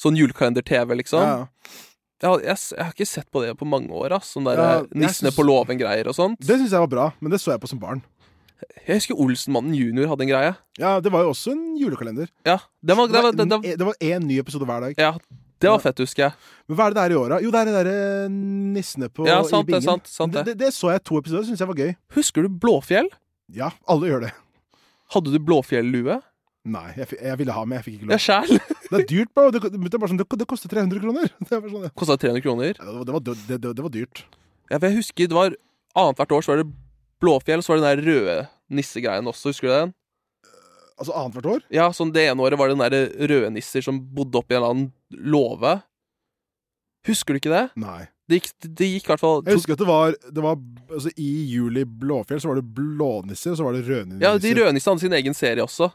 B: Sånn julekalender-TV, liksom.
A: Ja, ja.
B: Jeg, har- jeg, s- jeg har ikke sett på det på mange år, ass. Sånn der
A: Ja,
B: eh,
A: jeg
B: Nissene
A: syns-
B: på låven-greier og sånt.
A: Det syns jeg var bra, men det så jeg på som barn.
B: Jeg husker Olsenmannen junior hadde en greie.
A: Ja, Det var jo også en julekalender.
B: Ja, det var, det var, det, det,
A: det var én ny episode hver dag.
B: ja, det var fett, husker jeg.
A: Men hva er det det er i åra? Jo, det er det derre nissene på
B: Ja, sant
A: i
B: det,
A: bingen.
B: sant, sant det.
A: Det, det så jeg to episoder, syns jeg var gøy.
B: Husker du Blåfjell?
A: Ja, alle gjør det.
B: Hadde du Blåfjell-lue?
A: Nei, jeg, fi- jeg ville ha, men jeg fikk ikke
B: Ja,
A: lov.
B: [laughs] sjæl!
A: Det er dyrt, bro. Det, det, er bare sånn, det, det koster 300 kroner. [laughs] Det, er bare sånn, ja.
B: Kosta 300 kroner.
A: Ja, det, var- det, var, det, det, det var dyrt.
B: Ja, for jeg husker det var annethvert år så var det Blåfjell, så var det den der røde nissegreien også, husker du den?
A: Altså annethvert år?
B: Ja, sånn det ene året var det den der røde nisser som bodde oppi en eller annen låve. Husker du ikke det?
A: Nei.
B: Det gikk, det gikk i hvert fall
A: Jeg husker at det var, det var altså, I juli Blåfjell så var det blånisser, og så var det rødnisser.
B: Ja, de rødnissene hadde sin egen serie også.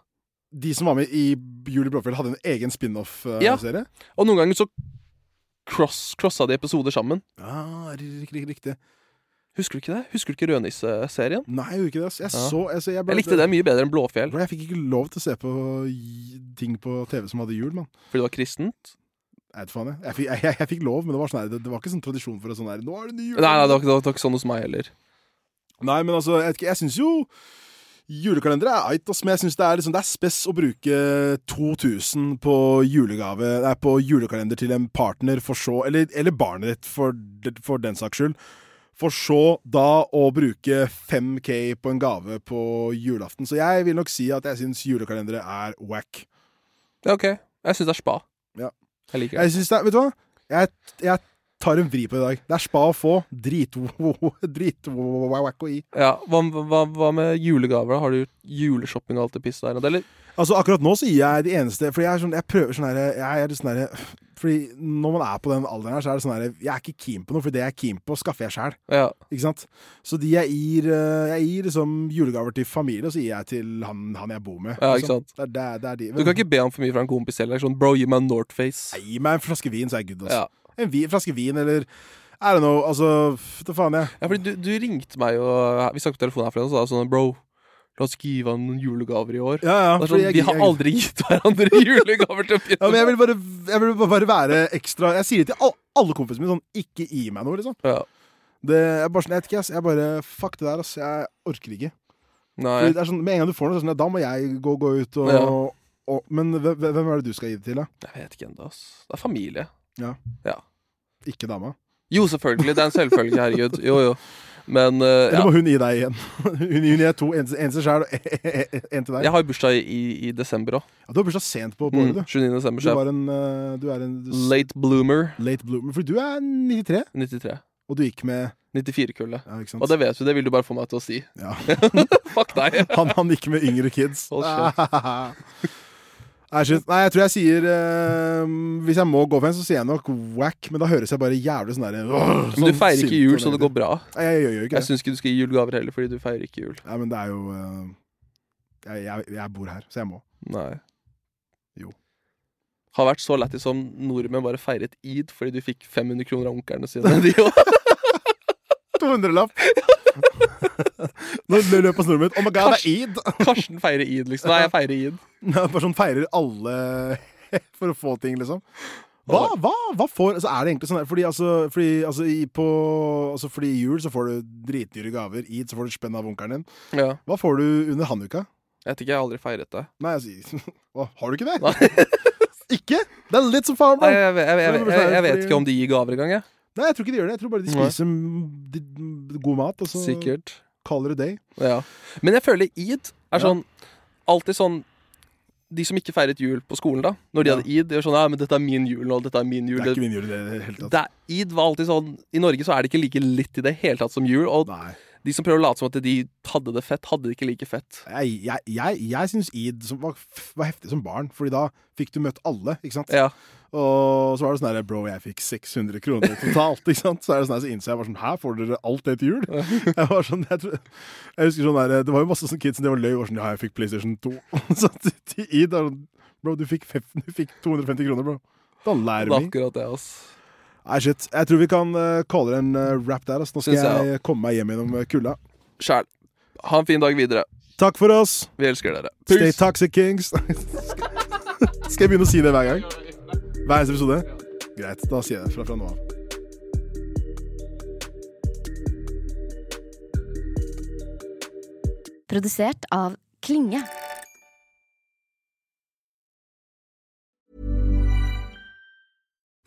A: De som var med i Juli Blåfjell, hadde en egen eh,
B: Ja.
A: spin-off-serie?
B: Og noen ganger så cross, crossa de episoder sammen.
A: Ja, riktig, riktig.
B: Husker du ikke det? Husker du ikke rødnisseserien?
A: Nei, jeg gjorde ikke det. ass. Jeg
B: Ja.
A: så Jeg, så, jeg, ble-
B: Jeg likte det mye bedre enn Blåfjell,
A: Bro, jeg fikk ikke lov til å se på j- ting på TV som hadde jul, mann.
B: fordi det var kristent.
A: Jeg vet faen, jeg. Jeg fikk, jeg, jeg, jeg fikk lov, men det var, sånn, her- det, det var ikke sånn tradisjon for det sånn her Nå er det ny jul!
B: Nei, nei, det var, ikke- det var ikke sånn hos meg heller.
A: Nei, men altså, jeg, vet ikke, jeg syns jo Julekalendere er eit, ass, men jeg synes det er, liksom, det er spess å bruke 2000 på julegave Nei, på julekalender til en partner, for så Eller, eller barnet ditt, for, for den saks skyld. For så da å bruke 5K på en gave på julaften. Så jeg vil nok si at jeg syns julekalendere er wack.
B: Ja, OK. Jeg syns det er spa.
A: Ja.
B: Jeg liker
A: Jeg
B: det.
A: synes det er, Vet du hva? Jeg, jeg tar en vri på det i dag. Det er spa å få. [laughs] Drit-wack å gi.
B: Ja, hva, hva, hva med julegaver? da? Har du juleshopping og alt det pisset der? Eller
A: Altså Akkurat nå så gir jeg det eneste Fordi jeg, er sånn, jeg prøver sånn her Jeg er litt sånn her Fordi når man er på den alderen her, så er det sånn her Jeg er ikke keen på noe, for det jeg er keen på, skaffer jeg sjæl.
B: Ja.
A: Ikke sant? Så de jeg gir eh, Jeg gir liksom julegaver til familie, og så gir jeg til han, han jeg bor med.
B: Ja,
A: liksom.
B: ikke sant.
A: Det er, det, er- det er de.
B: Du kan ikke be om for mye fra en kompis heller. Sånn, bro, gi meg en Northface.
A: Gi meg en flaske vin, så er jeg good. Altså.
B: Ja.
A: En vi- flaske vin, eller I don't know. Altså, f- da faen jeg.
B: Ja, fordi du, du ringte meg jo eh, Vi snakket på telefonen her forleden og sa sånn Bro, la oss ikke gi hverandre noen julegaver i år.
A: Ja, ja,
B: Det er
A: fordi
B: sånn,
A: jeg-
B: vi har
A: jeg-
B: aldri gitt hverandre [laughs] julegaver til
A: Ja,
B: Peter.
A: men jeg vil bare, jeg vil bare være ekstra Jeg sier det til alle, alle kompisene mine sånn Ikke gi meg noe, liksom.
B: Ja.
A: Det er bare sånn, jeg vet ikke, ass. Jeg bare Fuck det der, ass. Jeg orker ikke.
B: Nei.
A: Fordi Det er sånn, Med en gang du får noe, så er det sånn, ja, da må jeg gå, gå ut og,
B: Ja.
A: og Men hve- hve- hvem er det du skal gi det til, da?
B: Jeg vet ikke ennå, ass. Det er familie.
A: Ja.
B: Ja.
A: Ikke dama.
B: Jo, selvfølgelig. Det er en selvfølge, herregud. Jo, jo. Men eh,
A: Eller
B: ja.
A: må hun gi deg igjen? [laughs] hun, hun gir to. En, til- en til sjæl og en til deg.
B: Jeg har jo bursdag i, i desember òg.
A: Ja, du har bursdag sent på, på
B: Mm,
A: året, du.
B: 29. desember.
A: Du
B: Så jeg,
A: var en eh, Du er en du, s-
B: late bloomer.
A: late bloomer. For du er 93,
B: 93.
A: og du gikk med
B: 94-kullet.
A: Ja, ikke sant?
B: Og det vet du, det vil du bare få meg til å si.
A: Ja.
B: [laughs]
A: [laughs]
B: Fuck [laughs] deg.
A: Han, han gikk med yngre kids.
B: Hold
A: Nei, shit. [laughs] Nei, jeg tror jeg sier eh, Hvis jeg må gå for en, så sier jeg nok whack, men da høres jeg bare jævlig sånn der øh,
B: Men
A: sånn
B: du feirer ikke
A: sint
B: jul,
A: og
B: så det
A: negativ.
B: går bra.
A: Nei, jeg, gjør jo ikke
B: Jeg
A: det.
B: syns ikke du skal gi julegaver heller, fordi du feirer ikke jul.
A: Nei, men det er jo eh, jeg, jeg, jeg bor her, så jeg må.
B: Nei.
A: Jo.
B: Har vært så lættis som nordmenn bare feiret id fordi du fikk 500 kroner av onkerne sine. [laughs] De òg. [laughs]
A: 200-lapp! Nå løper snoren min. Oh my god, det er eid!
B: Karsten feirer id, liksom. Nei, jeg feirer id.
A: Nei, Bare sånn feirer alle [laughs] for å få ting, liksom. Hva, hva, hva får altså Er det egentlig sånn her Fordi, altså, fordi, altså, i, på, altså, fordi i jul så får du dritdyre gaver. I Eid så får du spenn av onkelen din.
B: Ja.
A: Hva får du under hanukka?
B: Jeg vet ikke, jeg har aldri feiret det.
A: Nei, altså [laughs] hva, Har du ikke det?
B: Nei,
A: [laughs] Ikke? Det er litt som faren
B: Nei
A: min.
B: jeg, jeg, jeg, jeg, jeg, jeg vet ikke om de gir gaver engang, jeg.
A: Nei, jeg tror ikke de gjør det. Jeg tror bare de
B: Nei.
A: spiser m- de, m- god mat, og så
B: Sikkert.
A: kaller det day.
B: Ja. Men jeg føler id
A: Ja.
B: er sånn Alltid sånn De som ikke feiret jul på skolen, da, når de
A: Ja.
B: hadde id, de var sånn Ja, men dette er min jul nå, dette er min jul.
A: Det er ikke min jul altså. i det hele tatt.
B: Det er, id var alltid sånn I Norge så er det ikke like litt i det hele tatt som jul. Og
A: Nei.
B: de som prøver å late som at de hadde det fett, hadde det ikke like fett.
A: Jeg, jeg, jeg, jeg syns id som var, f- var heftig som barn, Fordi da fikk du møtt alle, ikke sant?
B: Ja.
A: Og så var det sånn her Bro, jeg fikk 600 kroner totalt, [laughs] ikke sant? Så er det sånn her, så innså jeg bare sånn Her får dere alt det til jul? [laughs] Jeg var sånn, jeg, tror, jeg husker sånn her Det var jo masse sånn kids som det var løy og var sånn Ja, jeg fikk PlayStation 2. [laughs] Så til- til Id er sånn Bro, du fikk, fef- du fikk 250 kroner, bro. Da
B: Det er
A: lærer vi.
B: akkurat det, altså.
A: Nei, shit. Jeg tror vi kan uh, kalle det en eh, wrap der. Altså. Nå skal
B: Synes jeg
A: jeg, komme meg hjem gjennom eh, kulda.
B: Sjæl. Ha en fin dag videre.
A: Takk for oss.
B: Vi elsker dere.
A: Stay toxic, kings. [laughs] skal jeg begynne å si det hver gang? Hver eneste episode? Greit, da sier jeg det fra, fra nå av.
E: Produsert av Klinge.